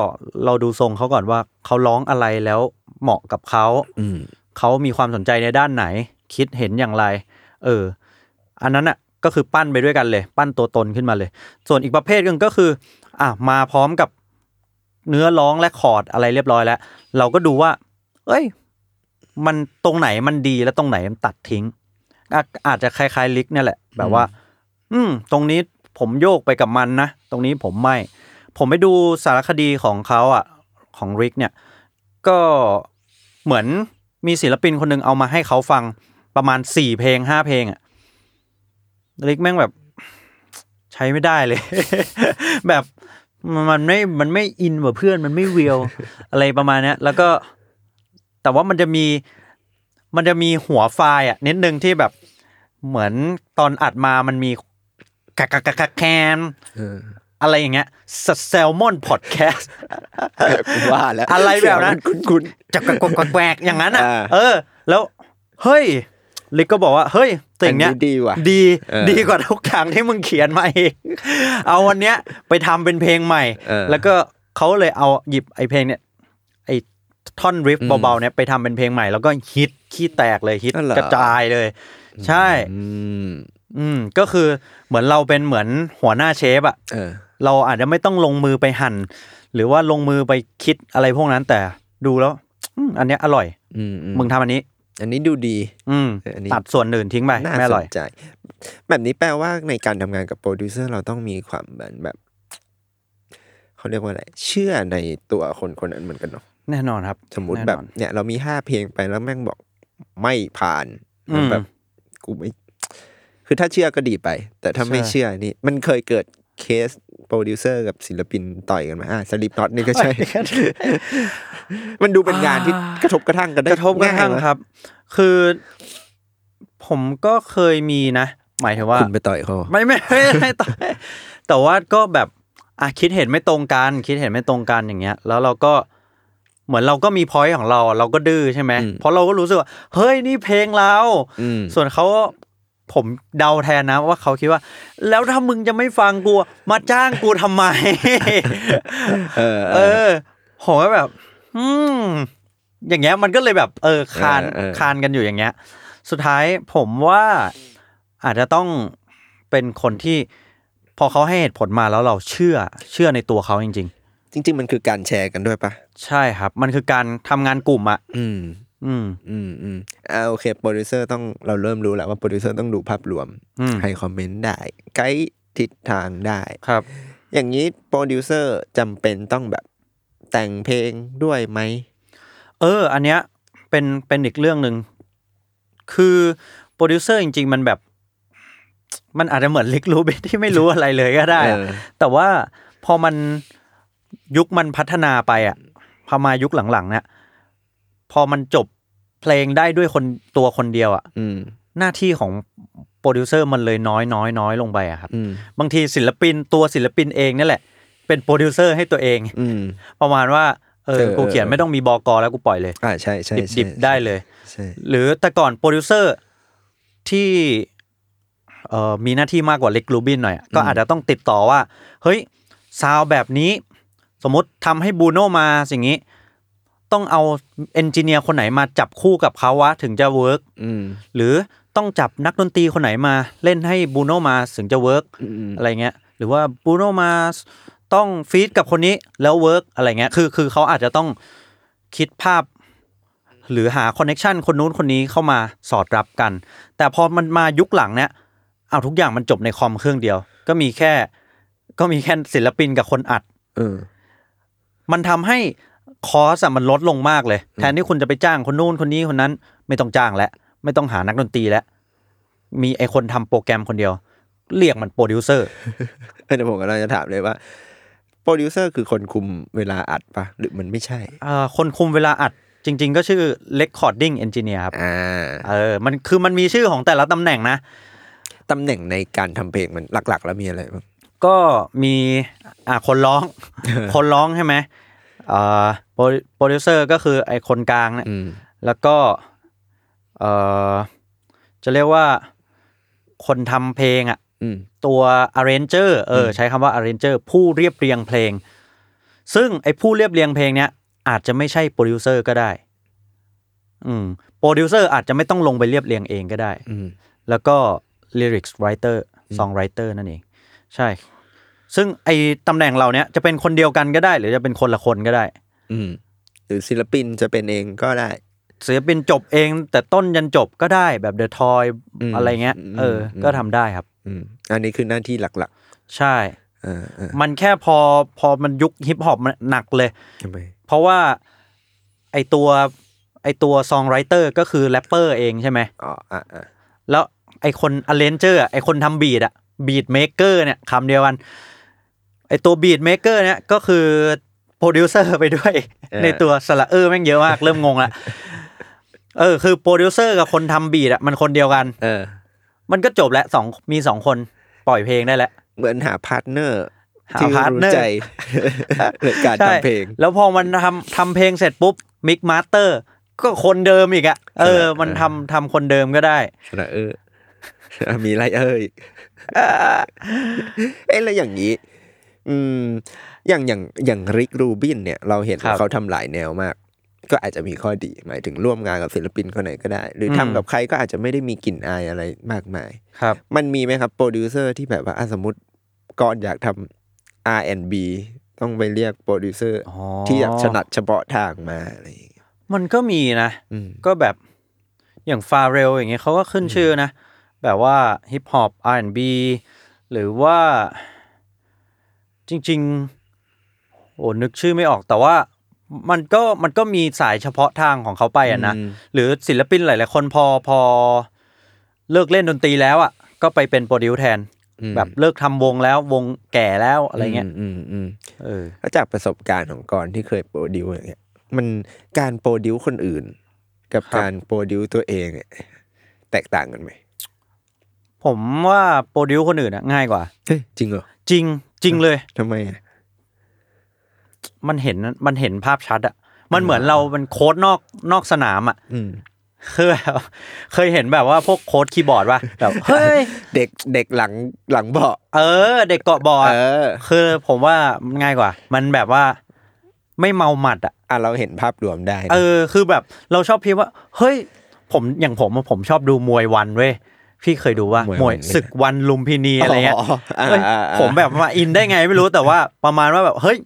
Speaker 4: เราดูทรงเขาก่อนว่าเขาร้องอะไรแล้วเหมาะกับเขา
Speaker 3: อืม
Speaker 4: เขามีความสนใจในด้านไหน คิดเห็นอย่างไร เออ อันนั้นอ่ะก็คือปั้นไปด้วยกันเลย ปั้นตัวตนขึ้นมาเลย ส่วนอีกประเภทหนึงก็คือ อ่ะมาพร้อมกับเนื้อร้องและคอร์ดอะไรเรียบร้อยแล้ว เราก็ดูว่า เอ้ย มันตรงไหนมันดีและตรงไหนมันตัดทิ้งอาอาจจะคล้ายๆลิกเนี่ยแหละ แบบว่า อืม ตรงนี้ผมโยกไปกับมันนะ ตรงนี้ผมไม่ ผมไปดูสารคดีของเขาอ่ะ ของริกเนี่ย ก็เหมือนมีศิลปินคนหนึ่งเอามาให้เขาฟังประมาณสี่เพลงห้าเพลงอะริกแม่งแบบ ใช้ไม่ได้เลย แบบมันไม่มันไม่อินกว่าเพื่อนมันไม่เวียว อะไรประมาณเนี้ยแล้วก็ แต่ว่ามันจะมี มันจะมีหัวไฟล์อ่ะนิดนึงที่แบบเหมือนตอนอัดมามันมีกักกักกักกักแคน
Speaker 3: เออ
Speaker 4: อะไรอย่างเงี้ยแซลมอนพอดแคสต์
Speaker 3: กูว่าแล้ว
Speaker 4: อะไรแบบนั้น
Speaker 3: เสียงมัคุ้น
Speaker 4: จักรกวักแกวกอย่างนั้นอ่ะ
Speaker 3: อ่า
Speaker 4: เออ แล้วเฮ้ย ลิกก็บอกว่า เฮ้ยสิ่งเนี้ย
Speaker 3: อันนี้ดีว่ะ
Speaker 4: ดี
Speaker 3: เออ
Speaker 4: ดีกว่าทุกทางที่มึงเขียนมาเองเอาวันเนี้ย ไปทำเป็นเพลงใหม่
Speaker 3: เออ
Speaker 4: แล้วก็เขาเลยเอาหยิบไอ้เพลงเนี้ยไอ้ท่อนริฟ
Speaker 3: อืม
Speaker 4: เบาๆเนี้ยไปทำเป็นเพลงใหม่ แล้วก็ฮิตขี้แตกเลยฮิต
Speaker 3: อ๋อเหรอ
Speaker 4: กระจายเลย ใช่
Speaker 3: ๆอืม
Speaker 4: อืมก็คือเหมือนเราเป็นเหมือนหัวหน้าเชฟอะ
Speaker 3: เออ
Speaker 4: เราอาจจะไม่ต้องลงมือไปหั่น หรือว่าลงมือไปคิดอะไรพวกนั้นแต่ดูแล้วอืมอันเนี้ยอร่อย
Speaker 3: อืมอื
Speaker 4: มึงทำอันนี้
Speaker 3: อันนี้ดูดี
Speaker 4: อืม
Speaker 3: เอออันนี้
Speaker 4: ตัดส่วนอื่นทิ้งไป
Speaker 3: น่า
Speaker 4: ไม่อ
Speaker 3: ส
Speaker 4: ร่อย
Speaker 3: นใจ แบบนี้แปลว่าในการทำงานกับโปรดิวเซอร์เราต้องมีความเหมือนแบบ เขาเรียกว่าอะไร เชื่อในตัวคนคนนั้นเหมือนกันเนาะ
Speaker 4: แน่นอนครับ
Speaker 3: สมมติ
Speaker 4: น่นอน
Speaker 3: แบบเนี่ย เรามีห้าเพลงไปแล้วแม่งบอกไม่ผ่าน
Speaker 4: อืม
Speaker 3: แบบกูไม่ คือถ้าเชื่อก็ดีไป แต่ถ้าไม่
Speaker 4: ใช่
Speaker 3: เชื่อนี่ มันเคยเกิดเคสโปรดิวเซอร์กับศิลปินต่อยกันไหมาอ่าสลิปน็อตนี่ก็ใช่ มันดูเป็นงานที่กระทบกระทั่งกันได้
Speaker 4: กระทบกระทั่ง
Speaker 3: ง่ายไหม
Speaker 4: ครับ คือ ผมก็เคยมีนะ หมายถึงว่า
Speaker 3: คุณไปต่อยเขา
Speaker 4: ไม่ไม่ไม่ไม่ต่อแต่ว่าก็แบบอ่ะคิดเห็นไม่ตรงกัน คิดเห็นไม่ตรงกันอย่างเงี้ย แล้วเราก็เหมือนเราก็มีพอยต์ของเราอ่ะเราก็ดื้อใช่ไหมเพราะเราก็รู้สึกว่าเฮ้ยนี่เพลงเรา
Speaker 3: อืม
Speaker 4: ส่วนเขาผมเดาแทนนะว่าเขาคิดว่า แล้วถ้ามึงจะไม่ฟังกูอ่ะมาจ้างกูทำไม
Speaker 3: เออเอ
Speaker 4: เอ
Speaker 3: อ
Speaker 4: อผมก็แบบ อืม อย่างเงี้ยมันก็เลยแบบ เออคาน
Speaker 3: เออเออ
Speaker 4: คานกันอยู่อย่างเงี้ย สุดท้ายผมว่าอาจจะต้องเป็นคนที่ พอเขาให้เหตุผลมาแล้วเราเชื่อเชื่อในตัวเขาจริง
Speaker 3: จริง ๆ มันคือการแชร์กันด้วยปะ
Speaker 4: ๆ ใช่ครับ มันคือการทำงานกลุ่มอะ
Speaker 3: อืม
Speaker 4: อืม
Speaker 3: อืมอืมอ่าโอเคโปรดิวเซอร์ต้องเราเริ่มรู้แล้วว่าโปรดิวเซอร์ต้องดูภาพรวม
Speaker 4: อืม
Speaker 3: ให้คอมเมนต์ได้ ไกด์ทิศทางได้
Speaker 4: ครับ
Speaker 3: อย่างนี้โปรดิวเซอร์จำเป็นต้องแบบแต่งเพลงด้วยไหม
Speaker 4: เออ อันเนี้ยเป็นเป็นอีกเรื่องหนึ่งคือโปรดิวเซอร์จริง ๆ มันแบบ มันอาจจะเหมือนลิกรู้เบสที่ไม่รู้อะไรเลยก็ได้อะ
Speaker 3: เออ
Speaker 4: แต่ว่าพอมันยุคมันพัฒนาไปอ่ะพอมายุคหลังๆ เนี่ยพอมันจบเพลงได้ด้วยคนตัวคนเดียวอ่ะ
Speaker 3: อืม
Speaker 4: หน้าที่ของโปรดิวเซอร์มันเลยน้อยน้อยน้อยลงไปอะครับ
Speaker 3: อืม
Speaker 4: บางทีศิลปินตัวศิลปินเองนี่แหละ เป็นโปรดิวเซอร์ให้ตัวเอง
Speaker 3: อืม
Speaker 4: ประมาณว่าเอ
Speaker 3: เอ
Speaker 4: อ
Speaker 3: อ
Speaker 4: กูเขียน
Speaker 3: เออ
Speaker 4: ไม่ต้องมีบอกอแล้วกูปล่อยเลย
Speaker 3: อ่าใช่ใช่
Speaker 4: ดิบ
Speaker 3: ใช่
Speaker 4: ดิบได้เลย
Speaker 3: ใช่
Speaker 4: หรือแต่ก่อนโปรดิวเซอร์ที่เอ่อมีหน้าที่มากกว่าเล็กรูบินหน่อยอะก็อาจจะต้องติดต่อว่า เฮ้ยซาวด์แบบนี้ สมมติทำให้บูโนมาสิ่างนี้ ต้องเอาเอนจิเนียร์คนไหนมาจับคู่กับเขาวะถึงจะเวิร์ก
Speaker 3: อืม
Speaker 4: หรือต้องจับนักดนตรีคนไหนมาเล่นให้บูโนมาถึงจะเวิร์ก
Speaker 3: อืม
Speaker 4: อะไรเงี้ยหรือว่าบูโนมาต้องฟีดกับคนนี้แล้วเวิร์กอะไรเงี้ยคือคือเขาอาจจะต้องคิดภาพ หรือหาคอนเน็ชันคนนู้นคนนี้เข้ามาสอดรับกัน แต่พอมันมายุคหลังเนี่ยเอาทุกอย่างมันจบในคอมเครื่องเดียว ก็มีแค่ก็มีแค่ศิลปินกับคนอัด
Speaker 3: เออ
Speaker 4: มันทำให้คอสอะมันลดลงมากเลย แทนที่คุณจะไปจ้างคนนู้นคนนี้คนนั้น ไม่ต้องจ้างแล้วไม่ต้องหานักดนตรีแล้วมีไอคนทำโปรแกรมคนเดียว เรียกมันโปรดิวเซอร์
Speaker 3: เออเดี๋ยวผมกำลังจะถามเลยว่าโปรดิวเซอร์คือคนคุมเวลาอัดปะหรือมันไม่ใช่
Speaker 4: เอ่อคนคุมเวลาอัดจริง ๆ ก็ชื่อ recording engineer ครับ
Speaker 3: อ่า
Speaker 4: เออ มันคือมันมีชื่อของแต่ละตำแหน่งนะ
Speaker 3: ตำแหน่งในการทำเพลงมันหลัก ๆ แล้วมีอะไรบ้าง
Speaker 4: ก็มีอ่ะคนร้อง คนร้องใช่ไหมเอ่อโปรโปรดิวเซอร์ก็คือไอคนกลางเนี่ย
Speaker 3: อืม
Speaker 4: แล้วก็เอ่อจะเรียกว่าคนทำเพลงอ่ะ
Speaker 3: อืม
Speaker 4: ตัว arranger เอออใช้คำว่า arranger ผู้เรียบเรียงเพลง ซึ่งไอ้ผู้เรียบเรียงเพลงเนี้ยอาจจะไม่ใช่โปรดิวเซอร์ก็ได้ อืมโปรดิวเซอร์อาจจะไม่ต้องลงไปเรียบเรียงเองก็ได้
Speaker 3: อืม
Speaker 4: แล้วก็ lyrics writer song writer นั่นเอง ใช่ ซึ่งไอ้ตำแหน่งเราเนี้ยจะเป็นคนเดียวกันก็ได้ หรือจะเป็นคนละคนก็ได้
Speaker 3: อืมหรือศิลปินจะเป็นเองก็ได้
Speaker 4: ศิลปินจบเองแต่ต้นยันจบก็ได้แบบ The Toy
Speaker 3: อืม
Speaker 4: อะไรเงี้ย
Speaker 3: อืม
Speaker 4: เอออ
Speaker 3: ม
Speaker 4: ก็ทำได้ครับ
Speaker 3: อืมอันนี้คือหน้าที่หลัก
Speaker 4: ใช่
Speaker 3: ๆเออเออ
Speaker 4: มันแค่พอพอมันยุคฮิปฮอปมันหนักเลย
Speaker 3: ทำไม
Speaker 4: เพราะว่าไอตัวไอตัวซองไรเตอร์ก็คือแรปเปอร์เองใช่ไหม
Speaker 3: อ๋ออ่ะอ่ะ
Speaker 4: แล้วไอคนอเลนเจอร์ไอคนทำบีดอะบีดเมเกอร์เนี่ยคำเดียวกัน ไอตัวบีดเมเกอร์เนี่ยก็คือโปรดิวเซอร์ ไปด้วย ในตัวสระเออแม่งเยอะมาก เริ่มงงละเออ คือโปรดิวเซอร์กับคนทำบีดอะมันคนเดียวกัน
Speaker 3: เออ
Speaker 4: มันก็จบแล้วสองมีสองคนปล่อยเพลงได้แล้ว
Speaker 3: เหมือนหาพาร์ทเนอร์
Speaker 4: หา
Speaker 3: ที่
Speaker 4: พาร์ทเนอร์
Speaker 3: ใจ ในการ
Speaker 4: ใช่
Speaker 3: ทำเพลง
Speaker 4: แล้วพอมันทำทำเพลงเสร็จปุ๊บมิกมาสเตอร์ก็คนเดิมอีกอะเออ
Speaker 3: ใช่
Speaker 4: มันทำทำคนเดิมก็ได้
Speaker 3: สระเออ มีไรเอ้ยเอ้ยแล้วอย่างนี้ อืม อย่างอย่างอย่างริกรูบินเนี่ย เราเห็น
Speaker 4: ครั
Speaker 3: ว่า
Speaker 4: บ
Speaker 3: เขาทำหลายแนวมาก ก็อาจจะมีข้อดี หมายถึงร่วมงานกับศิลปินคนไหนก็ได้ หรืออ
Speaker 4: ม
Speaker 3: ทำกับใครก็อาจจะไม่ได้มีกลิ่นอายอะไรมากมาย
Speaker 4: ครับ
Speaker 3: มันมีไหมครับโปรดิวเซอร์ที่แบบว่าอ่ะสมมติก่อนอยากทำ R&B ต้องไปเรียกโปรดิวเซอร์
Speaker 4: อ๋อ
Speaker 3: ที่แบบถนัดเฉพาะทางมาอะไรอย่างเงี้ย
Speaker 4: มันก็มีนะ
Speaker 3: อืม
Speaker 4: ก็แบบ อย่างฟาเรลอย่างเงี้ยเขาก็ขึ้นชื่อนะ แบบว่าฮิปฮอป R&B หรือว่าจริง ๆ โอ้นึกชื่อไม่ออกแต่ว่ามันก็มันก็มีสายเฉพาะทางของเขาไปอ่ะนะ
Speaker 3: อืม
Speaker 4: หรือศิลปินหลาย ๆ คนพอพอเลิกเล่นดนตรีแล้วอ่ะ ก็ไปเป็นโปรดิวแทน
Speaker 3: อืม
Speaker 4: แบบเลิกทำวงแล้ววงแก่แล้วอะไรเงี้ย
Speaker 3: อืมอืม
Speaker 4: เออ
Speaker 3: แล้วจากประสบการณ์ของกรที่เคยโปรดิวอย่างเงี้ยมันการโปรดิวคนอื่น กับ
Speaker 4: ครับ
Speaker 3: การโปรดิวตัวเองเนี่ยแตกต่างกันไหม
Speaker 4: ผมว่าโปรดิวคนอื่นอะง่ายกว่า
Speaker 3: เฮ้ยจริงเหรอ
Speaker 4: จริงจริงเลย
Speaker 3: ทำไมอะ
Speaker 4: มันเห็นมันเห็นภาพชัดอะมันเหมือนเราเป็นโค้ดนอกนอกสนามอะ
Speaker 3: อืม
Speaker 4: คือแบบเคยเห็นแบบว่าพวกโค้ดคีย์บอร์ดป่ะแบบเฮ้ย
Speaker 3: เด็กเด็กหลังหลังเบาะ
Speaker 4: เออ เด็กเกาะบอร์ด
Speaker 3: เออ
Speaker 4: คือผมว่ามันง่ายกว่า มันแบบว่าไม่เมาหมัดอะ
Speaker 3: อ่ะเราเห็นภาพรวมได้นะ
Speaker 4: เออ คือแบบเราชอบพิมพ์ว่า เฮ้ย ผมอย่างผมอะผมชอบดูมวยวันเว้ยพี่เคยดูว่ามวยศึกวันลุมพินีอะไรเงี้ย
Speaker 3: อ่า
Speaker 4: เอ้ย
Speaker 3: อ่าอ่า
Speaker 4: ผมแบบมาอินได้ไงไม่รู้แต่ว่าประมาณว่าแบบเฮ้ย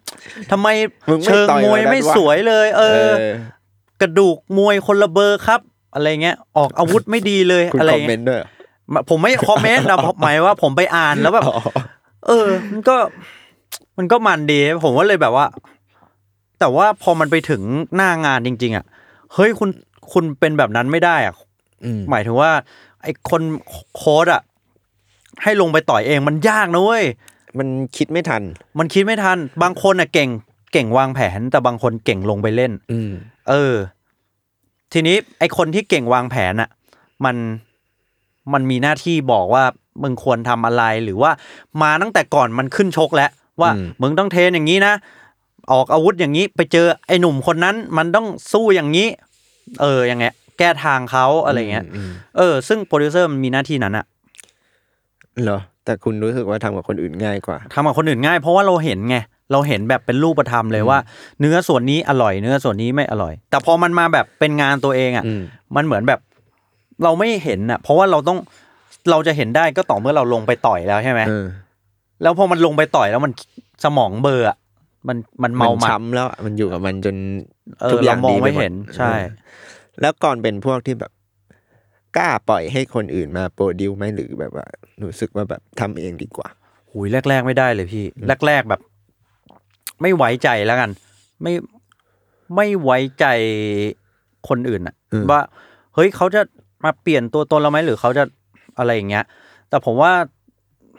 Speaker 4: ทำไม
Speaker 3: มึงไม่
Speaker 4: เชิง
Speaker 3: ต่อย
Speaker 4: มวย
Speaker 3: แบบนั้น
Speaker 4: ไม่
Speaker 3: วะ
Speaker 4: สวยเลย เอ
Speaker 3: เอ
Speaker 4: อ
Speaker 3: อก
Speaker 4: ระดูกมวยคนละเบอร์ครับ อะไรเงี้ยออกอาวุธไม่ดีเลย
Speaker 3: คุณ
Speaker 4: อะไร
Speaker 3: คอมเม
Speaker 4: เงี้
Speaker 3: น
Speaker 4: ย
Speaker 3: ต์ด้วยเหรอ
Speaker 4: ผมไม่คอมเมนต์นะ ผมหมายว่าผมไปอ่านแล้วแบบ
Speaker 3: อ๋อ
Speaker 4: เออ มันก็ มันก็มันดีผมว่าเลยแบบว่า แต่ว่าพอมันไปถึงหน้างานจริง ๆ อ่ะเฮ้ยคุณคุณเป็นแบบนั้นไม่ได้อ่ะ
Speaker 3: อืม
Speaker 4: หมายถึงว่า ไอ้คนโค้ดอ่ะให้ลงไปต่อยเองมันยากนะเว้ย
Speaker 3: มันคิดไม่ทัน
Speaker 4: มันคิดไม่ทัน บางคนน่ะเก่ง เก่งวางแผน แต่บางคนเก่งลงไปเล่น
Speaker 3: อืม
Speaker 4: เออ ทีนี้ไอคนที่เก่งวางแผนน่ะ มัน มันมีหน้าที่บอกว่ามึงควรทำอะไร หรือว่ามาตั้งแต่ก่อนมันขึ้นชกแล้วว่ามึงต้องเทรนอย่างนี้นะ ออกอาวุธอย่างนี้ ไปเจอไอหนุ่มคนนั้น มันต้องสู้อย่างนี้ เออ อย่างเงี้ย แก้ทางเขาอะไรเงี้ย
Speaker 3: อืม
Speaker 4: เออ ซึ่งโปรดิวเซอร์มันมีหน้าที่นั้นอะ
Speaker 3: อืมเหรอแต่คุณรู้สึกว่าทำกับคนอื่นง่ายกว่า
Speaker 4: ทำกับคนอื่นง่ายเพราะว่าเราเห็นไง เราเห็นแบบเป็นรูปธรรมเลยว่า เนื้อส่วนนี้อร่อยเนื้อส่วนนี้ไม่อร่อย แต่พอมันมาแบบเป็นงานตัวเองอ่ะ
Speaker 3: อืม
Speaker 4: มันเหมือนแบบ เราไม่เห็นอ่ะ เพราะว่าเราต้องเราจะเห็นได้ก็ต่อเมื่อเราลงไปต่อยแล้วใช่ไหม
Speaker 3: เออ
Speaker 4: แล้วพอมันลงไปต่อยแล้วมันสมองเบลอร์อ่ะมันมัน
Speaker 3: มั
Speaker 4: เมาน หมัด
Speaker 3: ช้ำแล้วอะมันอยู่กับมันจน
Speaker 4: เอ
Speaker 3: ทุ
Speaker 4: อก
Speaker 3: อ
Speaker 4: เรา
Speaker 3: ย่าง
Speaker 4: มอ
Speaker 3: ดี
Speaker 4: ง
Speaker 3: ป
Speaker 4: ไม่
Speaker 3: ด
Speaker 4: เห็นใช่
Speaker 3: ออ แล้วก่อนเป็นพวกที่แบบกล้าปล่อยให้คนอื่นมาโปรดิวไหมหรือแบบว่ารู้สึกว่าแบบทำเองดีกว่า
Speaker 4: หุยแรก ๆ ไม่ได้เลยพี่ แรก ๆแบบ ไม่ไว้ใจแล้วกัน ไม่ไม่ไว้ใจคนอื่นอะ
Speaker 3: อืม
Speaker 4: ว่าเฮ้ยเขาจะมาเปลี่ยนตัวตนเราไหมหรือเขาจะอะไรอย่างเงี้ย แต่ผมว่า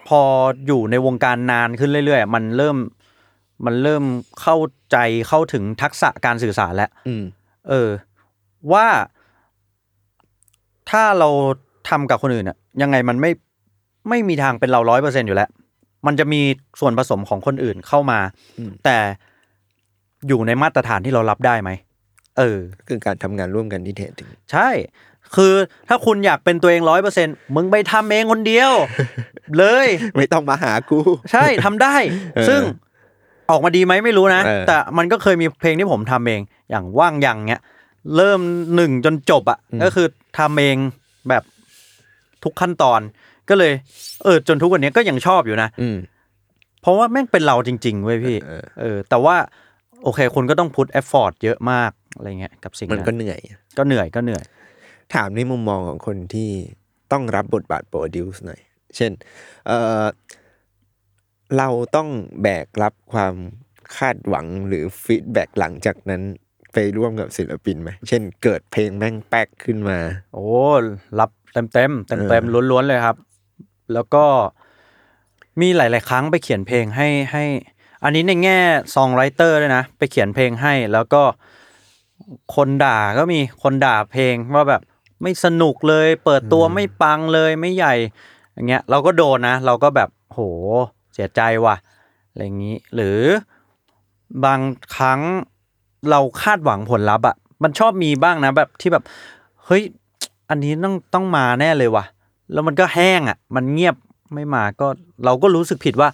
Speaker 4: พออยู่ในวงการนานขึ้นเรื่อยๆอะมันเริ่มมันเริ่มเข้าใจเข้าถึงทักษะการสื่อสารแล้ว
Speaker 3: อืม
Speaker 4: เออ ว่าถ้าเราทำกับคนอื่นอะยังไงมันไม่ไม่มีทางเป็นเราร้อยเปอร์เซ็นอยู่แล้ว มันจะมีส่วนผสมของคนอื่นเข้ามา
Speaker 3: อืม
Speaker 4: แต่อยู่ในมาตรฐานที่เรารับได้ไหมเออ
Speaker 3: คือการทำงานร่วมกันที่แท้จริง
Speaker 4: ใช่ คือถ้าคุณอยากเป็นตัวเองร้อยเปอร์เซ็นมึงไปทำเองคนเดียว เลย
Speaker 3: ไม่ต้องมาหากู
Speaker 4: ใช่ทำได้
Speaker 3: เออ
Speaker 4: ซึ่งออกมาดีไหมไม่รู้นะ
Speaker 3: เออ
Speaker 4: แต่มันก็เคยมีเพลงที่ผมทำเอง อย่างว่างยังเนี้ย เริ่มหนึ่งจนจบอะ่ะ ก็คือทำเองแบบทุกขั้นตอน ก็เลย เออ จนทุกวันนี้ก็ยังชอบอยู่นะ
Speaker 3: อืม
Speaker 4: เพราะว่าแม่งเป็นเราจริง ๆ เว้ยพี่
Speaker 3: เออ
Speaker 4: เออ แต่ว่า โอเคคุณก็ต้องพุทเอฟฟอร์ตเยอะมากอะไรเงี้ยกับสิ่ง
Speaker 3: มัน
Speaker 4: นั้น
Speaker 3: ก็เหนื่อย
Speaker 4: ก็เหนื่อยก็เหนื่อย
Speaker 3: ถามในมุมมองของคนที่ต้องรับบทบาทโปรดิวส์หน่อย เช่น เออเราต้องแบกรับความคาดหวังหรือฟีดแบ็กหลังจากนั้นไปร่วมกับศิลปินไหม เช่น เกิดเพลงแม่งแป๊กขึ้นมา
Speaker 4: โอ้ รับเต็มเต็มเต็มเต็ม
Speaker 3: เอ
Speaker 4: ๆ
Speaker 3: อ
Speaker 4: ล้วนๆเลยครับ แล้วก็มีหลาย ๆ ครั้งไปเขียนเพลงให้ให้ อันนี้ในแง่ซองไรเตอร์ด้วยนะ ไปเขียนเพลงให้ แล้วก็คนด่าก็มีคนด่าเพลงว่าแบบไม่สนุกเลย เปิดตัวไม่ปังเลยไม่ใหญ่ อย่างเงี้ย เราก็โดนนะ เราก็แบบโหเสียใจว่ะอะไรอย่างนี้ หรือบางครั้งเราคาดหวังผลลัพธ์อ่ะมันชอบมีบ้างนะแบบที่แบบ เฮ้ย อันนี้ต้องต้องมาแน่เลยว่ะ แล้วมันก็แห้งอ่ะ มันเงียบไม่มาก็เราก็รู้สึกผิดว่า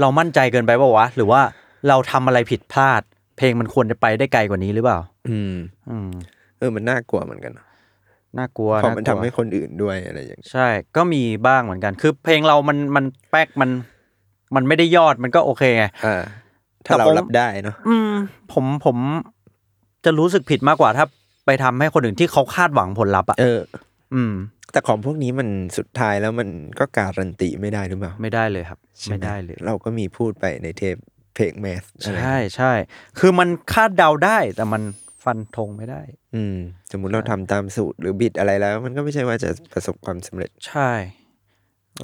Speaker 4: เรามั่นใจเกินไปเปล่าวะ หรือว่าเราทำอะไรผิดพลาด เพลงมันควรจะไปได้ไกลกว่านี้หรือเปล่า
Speaker 3: อืม
Speaker 4: อืม
Speaker 3: เออ มันน่ากลัวเหมือนกันเนอะ
Speaker 4: น่ากลัว
Speaker 3: เพราะมันทำ
Speaker 4: ากลัว
Speaker 3: ให้คนอื่นด้วยอะไรอย่างเงี้ย
Speaker 4: ใช่ ก็มีบ้างเหมือนกัน คือเพลงเรามันมันแป๊กมัน มันไม่ได้ยอดมันก็โอเคไง
Speaker 3: อ่า ถ้า
Speaker 4: แต่
Speaker 3: เรา
Speaker 4: ผม
Speaker 3: รับได้เนาะ
Speaker 4: อืม ผมผมจะรู้สึกผิดมากกว่าถ้า ไปทำให้คนอื่นที่เขาคาดหวังผลลัพธ์อ่ะ
Speaker 3: เออ
Speaker 4: อืม
Speaker 3: แต่ของพวกนี้มันสุดท้ายแล้วมันก็การันตีไม่ได้หรือเปล่า
Speaker 4: ไม่ได้เลยครับ
Speaker 3: ใช่ห
Speaker 4: ไม่ได้เลย
Speaker 3: เราก็มีพูดไปในเทปเพลงแมสอะไร
Speaker 4: ใช่ใช่ คือมันคาดเดาได้ แต่มันฟันธงไม่ได้
Speaker 3: อืม สมมุติเราทำตามสูตรหรือบิดอะไรแล้ว มันก็ไม่ใช่ว่าจะประสบความสำเร็จ
Speaker 4: ใช่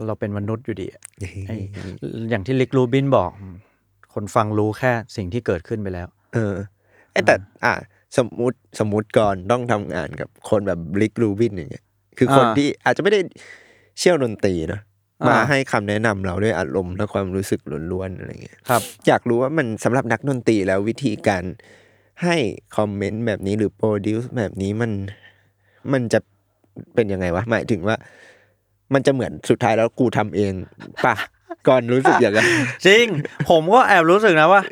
Speaker 4: เราเป็นมนุษย์อยู่ดีอะไอ้อย่างที่ลิกรูบินบอก คนฟังรู้แค่สิ่งที่เกิดขึ้นไปแล้ว
Speaker 3: เออเอ้ยแต่อ่ะสมมติสมมติก่อนต้องทำงานกับคนแบบลิกรูบินอย่างเงี้ยคือคน
Speaker 4: อ่า
Speaker 3: ที่อาจจะไม่ได้เชี่ยวดนตรีนะมา
Speaker 4: อ่าม
Speaker 3: ให้คำแนะนำเราด้วยอารมณ์และความรู้สึกล้วนๆอะไรเงี้ย
Speaker 4: ครับ
Speaker 3: อยากรู้ว่ามันสำหรับนักดนตรีแล้ววิธีการให้คอมเมนต์แบบนี้หรือโปรดิวซ์แบบนี้มันมันจะเป็นยังไงวะ หมายถึงว่า มันจะเหมือนสุดท้ายแล้วกูทำเองป่ะ ก่อนรู้สึกอย่าง นั้น
Speaker 4: จริง ผมก็แอบรู้สึกนะว่า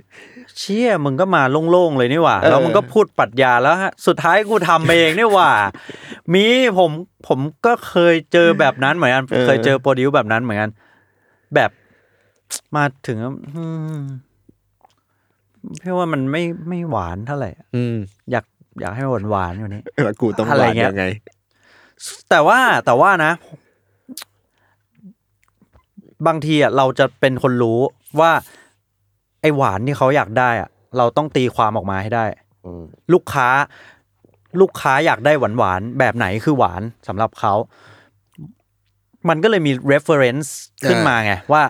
Speaker 4: เชี่ยมึงก็มาโล่งๆเลยนี่หว่า
Speaker 3: เออ
Speaker 4: แล้วมึงก็พูดปรัดยาแล้วฮะ สุดท้ายกูทำเองนี่หว่า มีผมผมก็เคยเจอแบบนั้นเหมือนกัน เคยเจอโปรดิวแบบนั้นเหมือนกัน แบบมาถึงแล้วอืมพี่ว่ามันไม่ไม่หวานเท่าไหร่
Speaker 3: อืม
Speaker 4: อยากอยากให้หวานหวานๆกว่านี้
Speaker 3: แล้วกูต้อง
Speaker 4: อะไร
Speaker 3: วาด
Speaker 4: เงี้ย
Speaker 3: ยังไง
Speaker 4: แต่ว่าแต่ว่านะ บางทีอ่ะเราจะเป็นคนรู้ว่า ไอหวานที่เขาอยากได้อ่ะ เราต้องตีความออกมาให้ได้ลูกค้า ลูกค้าอยากได้หวานหวานๆแบบไหนคือหวานสำหรับเขา มันก็เลยมี reference ขึ้นมาไง ว่า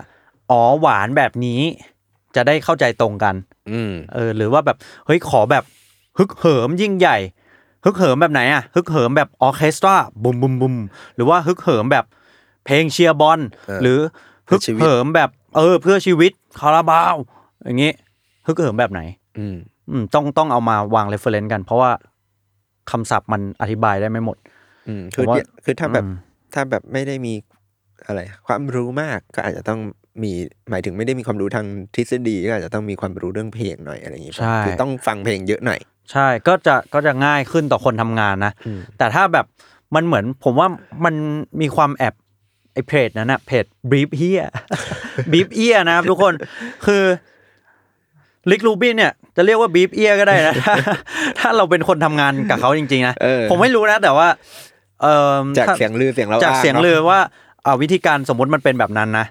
Speaker 4: อ๋อหวานแบบนี้จะได้เข้าใจตรงกัน
Speaker 3: อืม
Speaker 4: เออหรือว่าแบบเฮ้ยขอแบบฮึกเหิมยิ่งใหญ่ ฮึกเหิมแบบไหนอ่ะฮึกเหิมแบบออร์เคสตราบุมบุมบุมหรือว่าฮึกเหิมแบบเพลงเชียร์บอล
Speaker 3: เออ
Speaker 4: หรือฮึก
Speaker 3: เพื่อชีวิต
Speaker 4: เหิมแบบเออเพื่อชีวิตคาราบาวอย่างงี้ฮึกเหิมแบบไหน
Speaker 3: อืม
Speaker 4: อืมต้องต้องเอามาวางเรฟเฟรนซ์กัน เพราะว่าคำศัพท์มันอธิบายได้ไม่หมด
Speaker 3: อืมคือ
Speaker 4: ผมว่า
Speaker 3: เนี่ยคือถ้าแบบ
Speaker 4: อืม
Speaker 3: ถ้าแบบไม่ได้มีอะไร ความรู้มากก็อาจจะต้องมีหมายถึงไม่ได้มีความรู้ทางทฤษฎีก็อาจจะต้องมีความรู้เรื่องเพลงหน่อยอะไรอย่างงี้ป่ะ
Speaker 4: ใช่
Speaker 3: คือต้องฟังเพลงเยอะหน่อย
Speaker 4: ใช่ก็จะก็จะง่ายขึ้นต่อคนทำงานนะ
Speaker 3: อืม
Speaker 4: แต่ถ้าแบบมันเหมือนผมว่ามันมีความแอบไอ้เพจนั้นนะเพจบ i ีฟเฮี ยบ i ีฟเอียนะครับทุกคนคือลิกลูบินเนี่ย จะเรียกว่าบีฟเอียก็ได้นะ ถ้าถ้าเราเป็นคนทำงานกับเขาจริง ๆ นะ
Speaker 3: เออ
Speaker 4: ผมไม่รู้นะ แต่ว่า เออ
Speaker 3: จาก
Speaker 4: ถ้
Speaker 3: เสียงลือเสียงเรา
Speaker 4: จาก
Speaker 3: อ้
Speaker 4: เสียง
Speaker 3: นะ
Speaker 4: เลยว่าอ่าวิธีการสมมติมันเป็นแบบนั้นนะ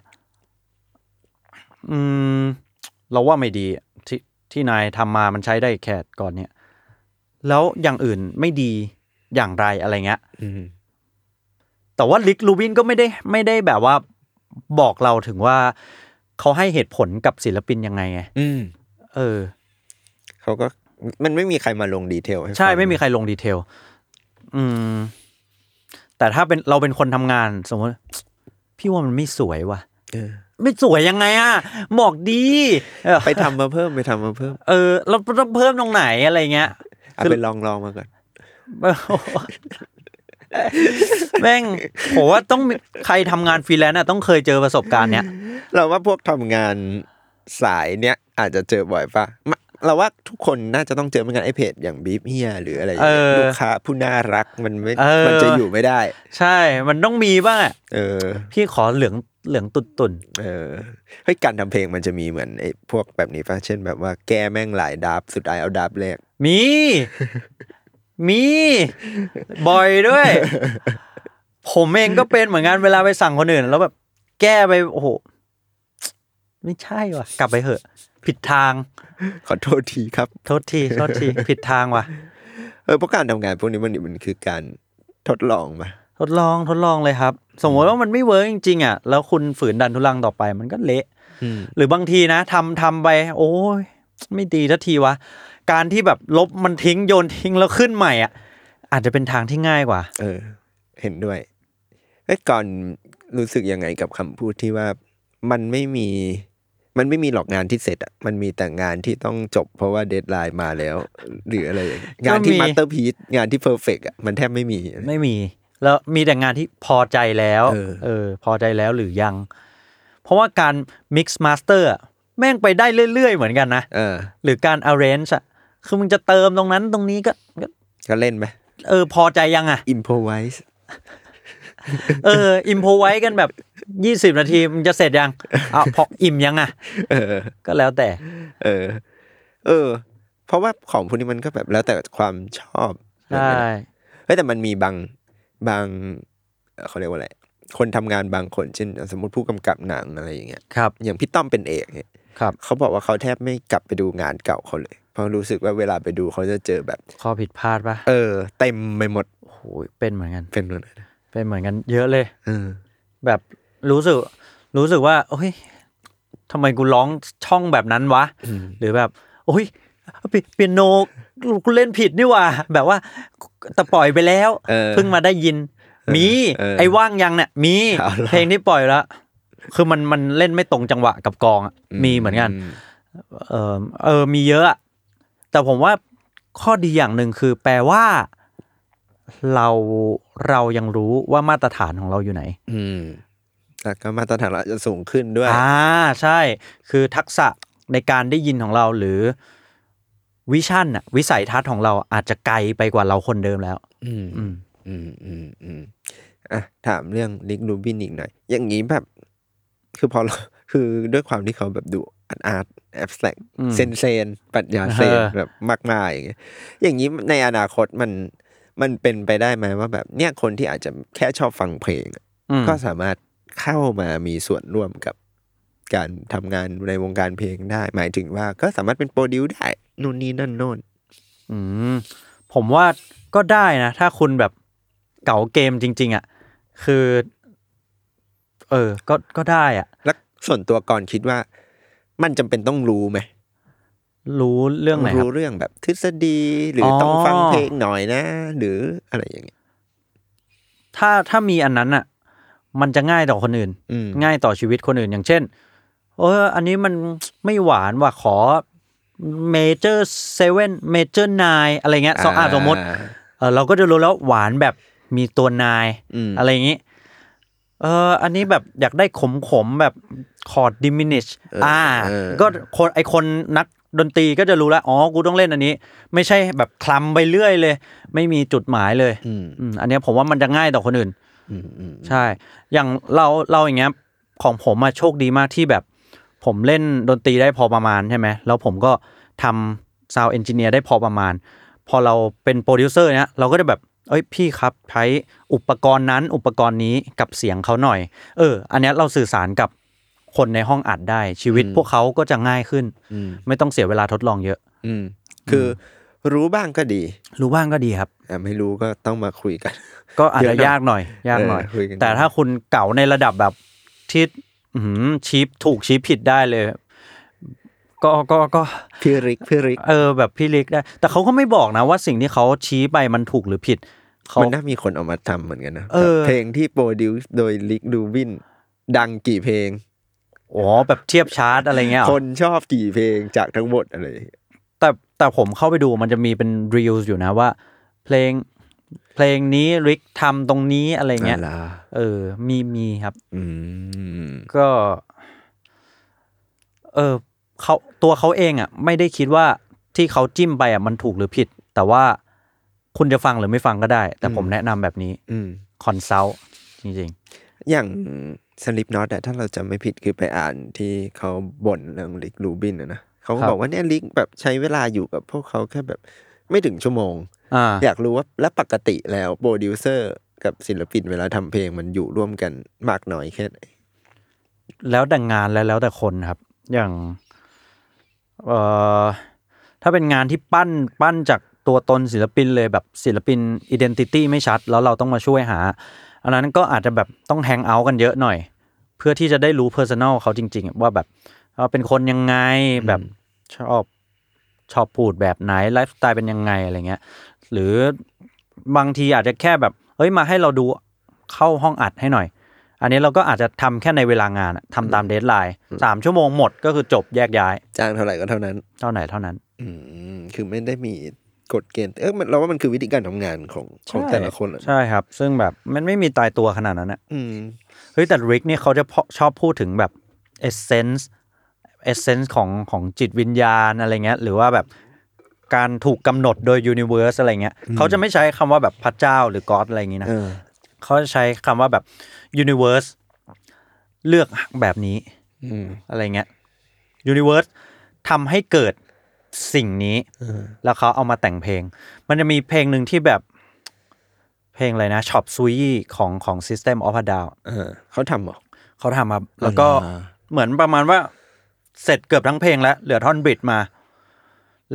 Speaker 4: อืม เราว่าไม่ดีที่ที่นายทำมามันใช้ได้แค่ก่อนเนี่ย แล้วอย่างอื่นไม่ดีอย่างไรอะไรเงี้ย
Speaker 3: อืม
Speaker 4: แต่ว่าลิกลูบินก็ไม่ได้ไม่ได้แบบว่าบอกเราถึงว่าเขาให้เหตุผลกับศิลปินยังไงไง
Speaker 3: อืม
Speaker 4: เออ
Speaker 3: เขาก็มันไม่มีใครมาลงดีเทลห้
Speaker 4: ใช่
Speaker 3: ฟัง
Speaker 4: ไม่มีใครลงดีเทล อืม แต่ถ้าเป็นเราเป็นคนทำงาน สมมติพี่ว่ามันไม่สวยว่ะ
Speaker 3: เออ
Speaker 4: ไม่สวยยังไงอ่ะบอกดีเออ
Speaker 3: ไปทำมาเพิ่มไปทำมาเพิ่ม
Speaker 4: เออเราต้องเพิ่มตรงไหนอะไรเงี้ ย
Speaker 3: เอา
Speaker 4: คือ
Speaker 3: ไปลองลองมาก่อน
Speaker 4: โอ้โหแม่งผมว่าต้องมีใครทำงานฟรีแลนซ์อ่ะต้องเคยเจอประสบการณ์เนี้ย
Speaker 3: เราว่าพวกทำงานสายเนี้ยอาจจะเจอบ่อยป่ะมะเราว่าทุกคนน่าจะต้องเจอเหมือนกันไอเพจอย่างบีบเฮียหรืออะไรอย่างเงี้ย
Speaker 4: เออ
Speaker 3: ลูกค้าผู้น่ารักมันไม่
Speaker 4: เออ
Speaker 3: มันจะอยู่ไม่ได้
Speaker 4: ใช่ มันต้องมีบ้างอะ
Speaker 3: เออ
Speaker 4: พี่ขอเหลืองเหลืองตุ่นตุ่น
Speaker 3: เออเฮ้ยการทำเพลงมันจะมีเหมือนไอ้พวกแบบนี้ป่ะเช่นแบบว่าแก้แม่งหลายดับสุดท้ายเอาดับแรก
Speaker 4: ๆมี มี บ่อยด้วย ผมเองก็เป็นเหมือนกันเวลาไปสั่งคนอื่น แล้วแบบแก้ไปโอ้โหไม่ใช่ว่ะ กลับไปเหอะ ผิดทาง
Speaker 3: ขอโทษทีครับ
Speaker 4: โทษทีโทษที ผิดทางว่ะ
Speaker 3: เออเพราะการทำงานพวกนี้มันมันคือการทดลองป่ะ
Speaker 4: ทดลองทดลองเลยครับ สมมติว่ามันไม่เวิร์กจริงๆอ่ะแล้วคุณฝืนดันทุลังต่อไปมันก็เละ
Speaker 3: อืม
Speaker 4: หรือบางทีนะทำทำไป โอ้ยไม่ดีทักทีวะ การที่แบบลบมันทิ้งโยนทิ้งแล้วขึ้นใหม่อ่ะอาจจะเป็นทางที่ง่ายกว่า
Speaker 3: เออ เห็นด้วยไอ้ยก่อนรู้สึกยังไงกับคำพูดที่ว่ามันไม่มี มันไม่มีหรอกงานที่เสร็จอะมันมีแต่งานที่ต้องจบ เพราะว่าเดทไลน์มาแล้ว หรืออะไรอย่างงานที่
Speaker 4: ก็มี
Speaker 3: มาสเตอร์พีซงานที่เพอร์เฟกอะมันแทบไม่มี
Speaker 4: ไม่มี แล้วมีแต่งานที่พอใจแล้ว
Speaker 3: เออ
Speaker 4: พอใจแล้วหรือยัง เพราะว่าการ mix master อะแม่งไปได้เรื่อย ๆ เหมือนกันนะ
Speaker 3: เออ
Speaker 4: หรือการ arrange อ่ะคือมึงจะเติมตรงนั้นตรงนี้ก็ก็
Speaker 3: ก็เล่นไหม
Speaker 4: เออพอใจยังอ่ะ
Speaker 3: อิมพอไวส์
Speaker 4: เออ อิมโพไว้กันแบบยี่สิบ20 นาทีมันจะเสร็จยังอ่ะพออิ่มยังอ่ะ
Speaker 3: เออ
Speaker 4: ก็แล้วแต่
Speaker 3: เออ เออ เพราะว่าของพวกนี้มันก็แบบแล้วแต่ความชอบ เรื่องนั้
Speaker 4: ใช่
Speaker 3: นอะเฮ้ยแต่มันมีบางบางเอ่อเขาเรียกว่าอะไรคนทำงานบางคนเช่น สมมติผู้กำกับหนังอะไรอย่างเงี้ย
Speaker 4: ครับ
Speaker 3: อย่างพี่ต้อมเป็นเอกเนี่ย
Speaker 4: ครับ
Speaker 3: เขาบอกว่าเขาแทบไม่กลับไปดูงานเก่าเขาเลย เพราะรู้สึกว่าเวลาไปดูเขาจะเจอแบบ
Speaker 4: ข้อผิดพลาดปะ
Speaker 3: เออ เต็มไปหมด
Speaker 4: โอ้โหเป็นเหมือนกัน
Speaker 3: เป็นเลยนะ
Speaker 4: เป็นเหมือนกันเยอะเลย
Speaker 3: เออ
Speaker 4: แบบรู้สึก รู้สึกว่าโอ้ยทำไมกูร้องช่องแบบนั้นวะ
Speaker 3: อืม
Speaker 4: หรือแบบ โอ้ยเปียเปียโนกูเล่นผิดนี่หว่า แบบว่าแต่ปล่อยไปแล้ว
Speaker 3: เออ
Speaker 4: เพิ่งมาได้ยิน มี
Speaker 3: เออ
Speaker 4: ไอ้ว่างยังเนี่ยมี
Speaker 3: เอาล่ะ
Speaker 4: เพลงที่ปล่อยแล้ว คือมันมันเล่นไม่ตรงจังหวะกับกลองอะมีเหมือนกัน เออเออมีเยอะอะ แต่ผมว่าข้อดีอย่างหนึ่งคือแปลว่า เราเรายังรู้ว่ามาตรฐานของเราอยู่ไหน
Speaker 3: อืมแล้วก็มาตรฐานเราจะสูงขึ้นด้วย
Speaker 4: อ่าใช่ คือทักษะในการได้ยินของเราหรือวิชั่นอะวิสัยทัศน์ของเราอาจจะไกลไปกว่าเราคนเดิมแล้ว
Speaker 3: อืม
Speaker 4: อืม
Speaker 3: อืมอืมอืมอ่ะถามเรื่องลิกรูบินอีกหน่อย อย่างนี้แบบ คือพอเรา คือด้วยความที่เขาแบบดูอาร์ตอาร์ตแอบสแตก
Speaker 4: อืม
Speaker 3: เซนเซนปรัชญาเซน
Speaker 4: เออ
Speaker 3: แบบมากมายอย่างเงี้ยอย่างนี้ในอนาคตมันมันเป็นไปได้ไหมว่าแบบเนี่ยคนที่อาจจะแค่ชอบฟังเพลงอะ
Speaker 4: อืม
Speaker 3: ก็สามารถเข้ามามีส่วนร่วมกับการทำงานในวงการเพลงได้ หมายถึงว่าก็สามารถเป็นโปรดิวได้นู่นนี่นั่นโน่น
Speaker 4: อืมผมว่าก็ได้นะ ถ้าคุณแบบเก่าเกมจริง ๆอะคือ เออ ก็ก็ได้อะ
Speaker 3: แล้วส่วนตัวก่อนคิดว่า มันจำเป็นต้องรู้ไหม
Speaker 4: รู้เรื่องไหนครับ
Speaker 3: รู้เรื่องแบบทฤษฎีหรืออ
Speaker 4: อ
Speaker 3: ต้องฟังเพลงหน่อยนะ หรืออะไรอย่างเงี้ย
Speaker 4: ถ้าถ้ามีอันนั้นอ่ะ มันจะง่ายต่อคนอื่น
Speaker 3: อืม
Speaker 4: ง่ายต่อชีวิตคนอื่น อย่างเช่น เออ อันนี้มัน ไม่หวานว่ะขอเมเจอร์เซเว่นเมเจอร์นอะไรเงี้ยสองอ่ะสมมติ
Speaker 3: อ่า
Speaker 4: เออเราก็จะรู้แล้วหวานแบบมีตัวนาย
Speaker 3: อืม
Speaker 4: อะไรอย่างงี้ เออ อันนี้แบบอยากได้ขมขมๆแบบคอร์ดดิมินิชอ่า ก็คนไอคนนักดนตรีก็จะรู้แล้วอ๋อกูต้องเล่นอันนี้ ไม่ใช่แบบคลำไปเรื่อยเลย ไม่มีจุดหมายเลย
Speaker 3: อืม
Speaker 4: อืมอันเนี้ยผมว่ามันจะง่ายต่อคนอื่น
Speaker 3: อืมอืม
Speaker 4: ใช่ อย่างเราเราอย่างเงี้ยของผมอะโชคดีมากที่แบบ ผมเล่นดนตรีได้พอประมาณใช่ไหมแล้วผมก็ทำซาวเอนจิเนียร์ได้พอประมาณ พอเราเป็นโปรดิวเซอร์เนี้ยเราก็จะแบบ เอ้ยพี่ครับใช้อุปกรณ์นั้นอุปกรณ์นี้กับเสียงเขาหน่อย เออ อันเนี้ยเราสื่อสารกับคนในห้องอัดได้ชีวิตพวกเขาก็จะง่ายขึ้น
Speaker 3: อืม
Speaker 4: ไม่ต้องเสียเวลาทดลองเยอะ
Speaker 3: อืมคืออรู้บ้างก็ดี
Speaker 4: รู้บ้างก็ดีครับ
Speaker 3: อ่ะไม่รู้ก็ต้องมาคุยกัน
Speaker 4: ก็อาจจะ
Speaker 3: เยอะหน่อย
Speaker 4: ยากหน่อย ยากหน่อย
Speaker 3: เออคุยกัน
Speaker 4: แต่ถ้าคุณเก่าในระดับแบบที่อื้อหือชี้ถูกชี้ผิดได้เลย ก็ก็ก็
Speaker 3: พี่ริกพี่ริก
Speaker 4: เออแบบพี่เล็กได้ แต่เขาก็ไม่บอกนะว่าสิ่งที่เขาชี้ไปมันถูกหรือผิดเขา
Speaker 3: มันน่ามีคนเออกมาทำเหมือนกันนะ
Speaker 4: เออ
Speaker 3: แบบเพลงที่โปรดิวซ์โดยลิกดูวิน ดังกี่เพลง
Speaker 4: อ๋อแบบเทียบชาร์ตอะไรเงี้ยเหรอ
Speaker 3: คนชอบกี่เพลงจากทั้งหมดอะไรอย่างเงี้ย
Speaker 4: แต่แต่ผมเข้าไปดูมันจะมีเป็นรีวิวอยู่นะว่า เพลงเพลงนี้ริกทำตรงนี้อะไรเงี้ย
Speaker 3: อ่าล่ะ
Speaker 4: เออ มีมีครับ
Speaker 3: อืม
Speaker 4: ก็ เออเขาตัวเขาเองอ่ะ ไม่ได้คิดว่าที่เขาจิ้มไปอ่ะมันถูกหรือผิด แต่ว่าคุณจะฟังหรือไม่ฟังก็ได้ แต่ผมแนะนำแบบนี้
Speaker 3: อืม
Speaker 4: คอนซัลท์จริง
Speaker 3: อย่างสลิปน็อตอะถ้าเราจำไม่ผิดคือไปอ่านที่เขาบ่นเรื่องลิกรูบินอะนะเขาก็
Speaker 4: ครับ
Speaker 3: บอกว่าเนี่ยลิกแบบใช้เวลาอยู่กับพวกเขาแค่แบบไม่ถึงชั่วโมง
Speaker 4: ๆ อ่า
Speaker 3: อยากรู้ว่าและปกติแล้วโปรดิวเซอร์กับศิลปินเวลาทำเพลงมันอยู่ร่วมกันมากน้อยแค่ไหน
Speaker 4: แล้วแต่งานและแล้วแต่คนครับ อย่างเอ่อถ้าเป็นงานที่ปั้นปั้นจากตัวตนศิลปินเลยแบบศิลปินอิเดนติตี้ไม่ชัด แล้วเราต้องมาช่วยหา อันนั้นก็อาจจะแบบต้องแฮงเอาท์กันเยอะหน่อย เพื่อที่จะได้รู้เพอร์ซันอลเขาจริงๆ ว่าแบบเขาเป็นคนยังไงแบบชอบชอบพูดแบบไหนไลฟ์สไตล์เป็นยังไงอะไรเงี้ย หรือบางทีอาจจะแค่แบบเฮ้ยมาให้เราดูเข้าห้องอัดให้หน่อย อันนี้เราก็อาจจะทำแค่ในเวลางานอะทำตามเดทไลน์สามชั่วโมงหมดก็คือจบแยกย้าย
Speaker 3: จ้างเท่าไหร่ก็เท่านั้น
Speaker 4: เท่าไหนเท่านั้น
Speaker 3: อืมคือไม่ได้มีกฎเกณฑ์เออมันเราว่ามันคือวิธีการทำงานของของแต่ละคนอะนะ
Speaker 4: ใช่ครับ ซึ่งแบบมันไม่มีตายตัวขนาดนั้นอะ
Speaker 3: อืม
Speaker 4: เฮ้ยแต่ริกเนี่ยเขาจะพอชอบพูดถึงแบบเอเซนส์เอเซนส์ของของจิตวิญญาณอะไรเงี้ย หรือว่าแบบการถูกกำหนดโดยยูนิเวอร์สอะไรเงี้ยเขาจะไม่ใช้คำว่าแบบพระเจ้าหรือ God อะไรอย่างงี้นะ
Speaker 3: เออ
Speaker 4: เขาจะใช้คำว่าแบบยูนิเวอร์สเลือกแบบนี้
Speaker 3: อืม
Speaker 4: อะไรเงี้ยยูนิเวิร์สทำให้เกิด สิ่งนี้
Speaker 3: เออ
Speaker 4: แล้วเขาเอามาแต่งเพลง มันจะมีเพลงหนึ่งที่แบบ เพลงอะไรนะช็อปซุยของของ System of a Down
Speaker 3: เออเขาทำเหรอ
Speaker 4: เขาทำมาแล้วก็
Speaker 3: อ๋อ
Speaker 4: เหมือนประมาณว่าเสร็จเกือบทั้งเพลงแล้ว เหลือท่อนบริดจ์มา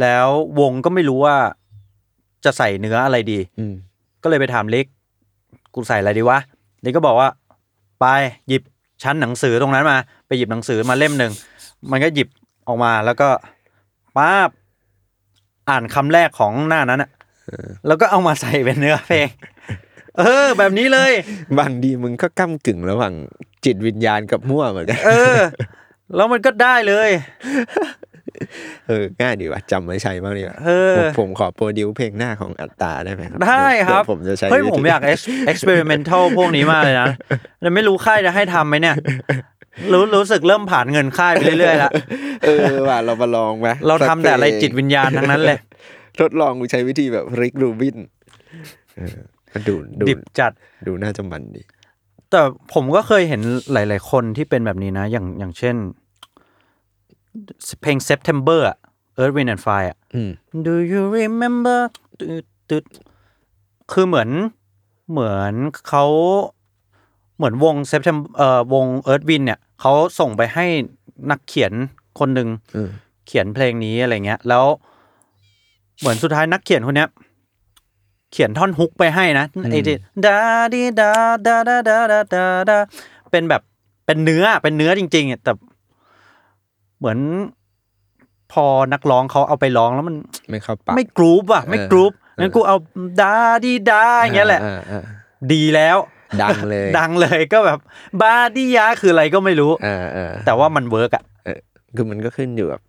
Speaker 4: แล้ววงก็ไม่รู้ว่าจะใส่เนื้ออะไรดี
Speaker 3: อืม
Speaker 4: ก็เลยไปถามเล็ก กูใส่อะไรดีวะ เล็กก็บอกว่า ไปหยิบชั้นหนังสือตรงนั้นมา ไปหยิบหนังสือมาเล่มหนึ่ง มันก็หยิบออกมาแล้วก็ป้าบอ่านคำแรกของหน้านั้นอะแล้วก็เอามาใส่เป็นเนื้อเพลง เออ แบบนี้เลย
Speaker 3: บางดีมึงก็ก้ากึ่งระหว่างจิตวิญญาณกับมั่วเหมือนกัน
Speaker 4: เออ แล้วมันก็ได้เลย
Speaker 3: เออง่ายดีว่ะจำไว้ใช้บ้างดีว่ะ
Speaker 4: เออ
Speaker 3: ผมผมขอโปรดิวเพลงหน้าของอัตตาได้ไหมครับ
Speaker 4: ได้ครับ
Speaker 3: เดี๋ยวผมจะใช้
Speaker 4: เฮ้ย
Speaker 3: วิธี
Speaker 4: ผมอยากเอ็กซ์เพร์เมนทัลพวกนี้มากเลยนะแต่ไม่รู้ค่ายจะให้ทำไหมเนี่ย รู้รู้สึกเริ่มผ่านเงินค่ายไปเรื่อยๆละ
Speaker 3: เออว่ะเรามาลองไหม
Speaker 4: เราทำ
Speaker 3: สักพลง
Speaker 4: แต่อะไรจิตวิญญาณทั้งนั้นเลย
Speaker 3: ทดลองใช้วิธีแบบริกรูบินเออมันดูดู
Speaker 4: ดิบจัด
Speaker 3: ดูน่าจะมันดี
Speaker 4: แต่ผมก็เคยเห็นหลาย ๆ คนที่เป็นแบบนี้นะ อย่างอย่างเช่น เพลง September อะ Earth Wind and Fire อะ
Speaker 3: อืม
Speaker 4: Do you remember ตึ๊ดตึ๊ดคือเหมือนเหมือนเขาเหมือนวง September เอ่อวง Earth Wind เนี่ยเขาส่งไปให้นักเขียนคนหนึ่ง
Speaker 3: เออ
Speaker 4: เขียนเพลงนี้อะไรเงี้ย แล้ว เหมือนสุดท้ายนักเขียนคนเนี้ย เขียนท่อนฮุกไปให้นะไอ้ที่ดาดีดาดาดาดาดาดาดาเป็นแบบเป็นเนื้อเป็นเนื้อจริงๆอ่ะแต่เหมือนพอนักร้องเขาเอาไปร้องแล้วมัน
Speaker 3: ไม่เข้าปาก
Speaker 4: ไม่กรูปอ่ะ ไม่กรูป
Speaker 3: เออ
Speaker 4: งั้นกูเอาดาดีดาอย่างเงี้ยแหละ
Speaker 3: อ่าอ่าอ่า
Speaker 4: ดีแล้ว
Speaker 3: ดังเลย
Speaker 4: ดังเลยก็แบบบาดียาคืออะไรก็ไม่รู้
Speaker 3: อ่าอ่า
Speaker 4: แต่ว่ามันเวิร์กอ่ะ
Speaker 3: คือมันก็ขึ้นอยู่กับ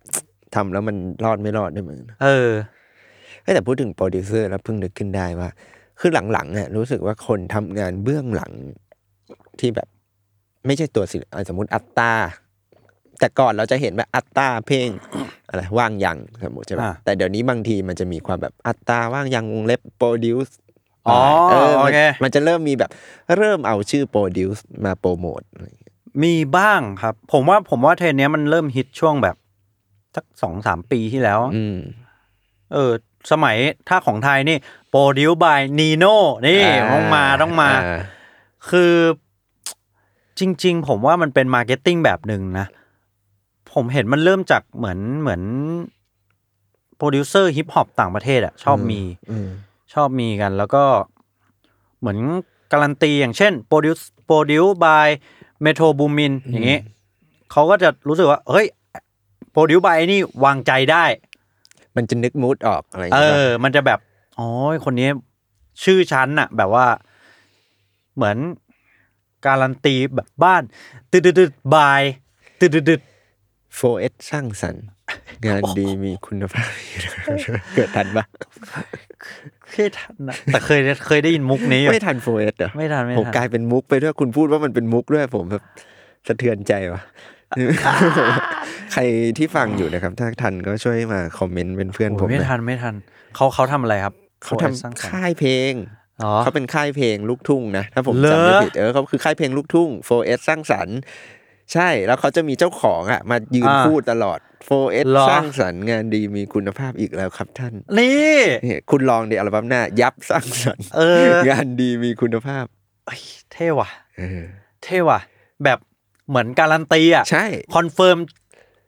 Speaker 3: ทำแล้วมันรอดไม่รอดด้วยมึงนะ
Speaker 4: เออ
Speaker 3: เฮ้ยแต่พูดถึงโปรดิวเซอร์แล้วเพิ่งนึกขึ้นได้ว่า คือหลังๆเนี่ยรู้สึกว่าคนทำงานเบื้องหลังที่แบบ ไม่ใช่ตัวศิลป์อ่ะสมมติอัตตา แต่ก่อนเราจะเห็นแบบอัตตาเพลง อะไรว่างยังสมมติใช่ไหม
Speaker 4: อ่า
Speaker 3: แต่เดี๋ยวนี้บางทีมันจะมีความแบบอัตตาว่างยังวงเล็บโปรดิวส์
Speaker 4: อ๋อโอเค
Speaker 3: มันจะเริ่มมีแบบ เริ่มเอาชื่อโปรดิวส์มาโปรโมทอะไรอย่างเงี้ย
Speaker 4: มีบ้างครับ ผมว่าผมว่าเทรนด์เนี้ยมันเริ่มฮิตช่วงแบบสักสองสามปีที่แล้ว
Speaker 3: อืม
Speaker 4: เออ สมัยถ้าของไทยนี่โปรดิวบายนีโน่นี่
Speaker 3: อ่
Speaker 4: ต้องมาต้องมา
Speaker 3: อ่
Speaker 4: คือจริง ๆ ผมว่ามันเป็นมาร์เก็ตติ้งแบบหนึ่งนะ ผมเห็นมันเริ่มจากเหมือนเหมือนโปรดิวเซอร์ฮิปฮอปต่างประเทศอะชอบมี
Speaker 3: อืม
Speaker 4: ชอบมีกันแล้วก็เหมือนการันตีอย่างเช่นโปรดิวโปรดิวบายเมโทรบูมินอย่างนี้เขาก็จะรู้สึกว่า เฮ้ยโปรดิวบายนี่วางใจได้
Speaker 3: มันจะนึกมูดออกอะไรอย่าง
Speaker 4: เอ
Speaker 3: เงี้ย
Speaker 4: อ มันจะแบบโอ้ยคนนี้ชื่อชั้นน่ะ แบบว่า เหมือนการันตีแบบบ้านตึดดึดดึดบายตึดดึดดึด
Speaker 3: โฟเอสสร้างสรร ค์งานดีมีคุณภาพ เกิดทันปะ
Speaker 4: เคยทันนะแต่เคยเคยได้ยินมุกนี้อยู่
Speaker 3: ไม่ทันโฟเอสเหรอ
Speaker 4: ไม่ทันไม่
Speaker 3: ผมก
Speaker 4: ทัน
Speaker 3: ลายเป็นมุกไปด้วยคุณพูดว่ามันเป็นมุกด้วยผมแบบสะเทือนใจว่ะ ใครที่ฟังอยู่นะครับ ถ้าทันก็ช่วยมาคอมเมนต์เป็นเพื่อนผ
Speaker 4: โอ้
Speaker 3: ม
Speaker 4: ยไม่
Speaker 3: หน่อย
Speaker 4: ทันไม่ทันเขาเขาทำอะไรครับ
Speaker 3: เขา
Speaker 4: โอ้ยสร้ง
Speaker 3: ทำ
Speaker 4: สรรค์
Speaker 3: ค่ายเพลง
Speaker 4: อ๋อ
Speaker 3: เขาเป็นค่ายเพลงลูกทุ่งนะ ถ้าผม
Speaker 4: เหรอ
Speaker 3: จำไม่ผิดเออเขาคือค่ายเพลงลูกทุ่ง 4S สร้างสรรค์ ใช่แล้วเขาจะมีเจ้าของอ่ะ มายืนพูดตลอด 4S
Speaker 4: เหรอ
Speaker 3: สร้างสรรค์งานดีมีคุณภาพอีกแล้วครับท่าน
Speaker 4: นี่
Speaker 3: นี่คุณลองเดี๋ยวอัลบั้มหน้า ยับสร้างสรรค์
Speaker 4: เออ
Speaker 3: งานดีมีคุณภาพ
Speaker 4: เอ้ยเท่ว่ะ
Speaker 3: เออ
Speaker 4: เท่ว่ะ แบบเหมือนการันตีอ่ะ
Speaker 3: ใช่
Speaker 4: คอนเฟิร์ม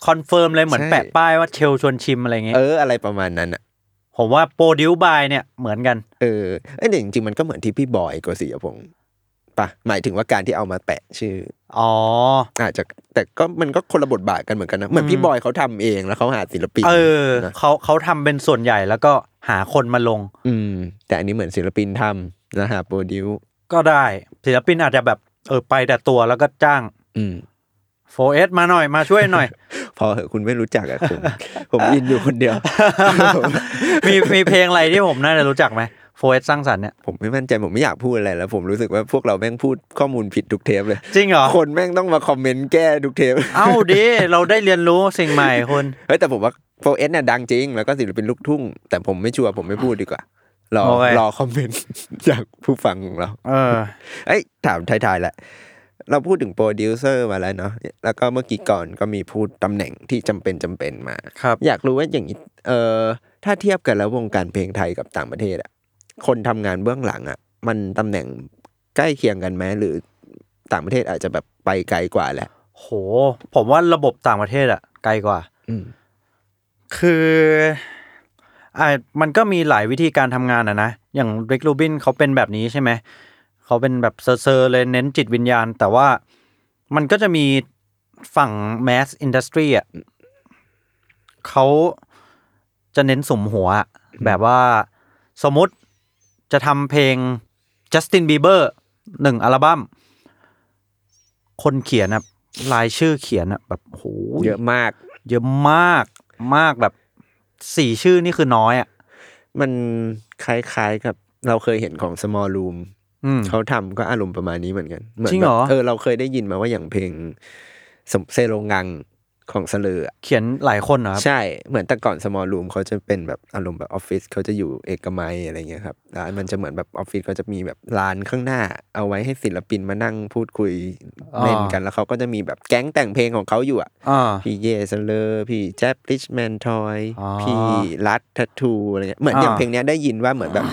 Speaker 4: คอนเฟิร์มเลยเหมือน
Speaker 3: ใช่
Speaker 4: แปะป้ายว่าเชลชวนชิมอะไรเงี้ย
Speaker 3: เอออะไรประมาณนั้นอ่ะ
Speaker 4: ผมว่าโปรดิวบายเนี่ยเหมือนกัน
Speaker 3: เออเอ้ยแต่จริงๆมันก็เหมือนที่พี่บอยโกศิยพงศ์ปะหมายถึงว่าการที่เอามาแปะชื่อ
Speaker 4: อ๋อ
Speaker 3: อาจจะแต่ก็มันก็คนละบทบาทกันเหมือนกันนะเหมือนพี่บอยเขาทำเองแล้วเขาหาศิลปิน
Speaker 4: เออ
Speaker 3: นะ
Speaker 4: เขาเขาทำเป็นส่วนใหญ่แล้วก็หาคนมาลง
Speaker 3: อืม แต่อันนี้เหมือนศิลปินทำนะฮะโปรดิว
Speaker 4: ก็ได้ ศิลปินอาจจะแบบ เออไปแต่ตัวแล้วก็จ้าง
Speaker 3: อืม
Speaker 4: โฟเอสมาหน่อยมาช่วยหน่อย
Speaker 3: พอเหอะคุณไม่รู้จักอะผม ผมอินอยู่คนเดียว
Speaker 4: มีมีเพลงอะไรที่ผมน่าจะรู้จักไหมโฟเอสสร้างสรรค์เนี่ย
Speaker 3: ผมไม่มั่นใจผมไม่อยากพูดอะไรแล้วผมรู้สึกว่าพวกเราแม่งพูดข้อมูลผิดทุกเทปเลย
Speaker 4: จริงเหรอ
Speaker 3: คนแม่งต้องมาคอมเมนต์แก้ทุกเทป
Speaker 4: เอ้าดิเราได้เรียนรู้สิ่งใหม่คุณ
Speaker 3: เฮ้ยแต่ผมว่าโฟเอสเนี่ยดังจริง แล้วก็ศิลปินลูกทุ่ง แต่ผมไม่ชัวร์ผมไม่พูดดีกว่า รอ
Speaker 4: โอเค
Speaker 3: รอคอมเมนต์ จากผู้ฟังของเรา
Speaker 4: เออ
Speaker 3: เอ้ยถามทายๆแหละ เราพูดถึงโปรดิวเซอร์มาแล้วเนาะแล้วก็เมื่อกี้ก่อนก็มีพูดตำแหน่งที่จำเป็นจำเป็นมา
Speaker 4: ครับ
Speaker 3: อยากรู้ว่าอย่างนี้เอ่อถ้าเทียบกันแล้ววงการเพลงไทยกับต่างประเทศอะคนทำงานเบื้องหลังอะมันตำแหน่งใกล้เคียงกันไหมหรือต่างประเทศอาจจะแบบไปไกลกว่าแหละ
Speaker 4: โห ผมว่าระบบต่างประเทศอะไกลกว่า
Speaker 3: อืม
Speaker 4: คืออ่ามันก็มีหลายวิธีการทำงานอะนะ อย่างริกลูบินเขาเป็นแบบนี้ใช่ไหม เขาเป็นแบบเซอร์ๆเลยเน้นจิตวิญญาณ แต่ว่ามันก็จะมีฝั่งแมสอินดัสทรีอ่ะเขาจะเน้นสมหัวอะแบบว่าสมมติจะทำเพลง Justin Bieber หนึ่งอัลบั้ม คนเขียนอะรายชื่อเขียนอะแบบโห
Speaker 3: เยอะมาก
Speaker 4: เยอะมากมากแบบสี่ชื่อนี่คือน้อยอ่ะ
Speaker 3: มันคล้ายๆกับเราเคยเห็นของ small room
Speaker 4: อืม
Speaker 3: เขาทำก็อารมณ์ประมาณนี้เหมือนกันมืน
Speaker 4: จริงเหรอ
Speaker 3: แบบเออเราเคยได้ยินมาว่าอย่างเพลงสมเซโรงงังของสลืออะ
Speaker 4: เขียนหลายคนเหรอครับ
Speaker 3: ใช่ เหมือนแต่ก่อน small room เขาจะเป็นแบบอารมณ์แบบออฟฟิศเขาจะอยู่เอกมัยอะไรเงี้ยครับร้านมันจะเหมือนแบบออฟฟิศเขาจะมีแบบร้านข้างหน้า เอาไว้ให้ศิลปินมานั่งพูดคุย
Speaker 4: อ๋อ
Speaker 3: เล่นกันแล้วเขาก็จะมีแบบแก๊งแต่งเพลงของเขาอยู่อ่ะ
Speaker 4: อ่า
Speaker 3: พี่เยสเลอร์พี่แจ็บริชแมนทอย
Speaker 4: อ๋อ
Speaker 3: พี่รัดทัตทูอะไรเงี้ยเหมือนอย่าง
Speaker 4: อ่า
Speaker 3: เพลงเนี้ยได้ยินว่าเหมื อนแบบ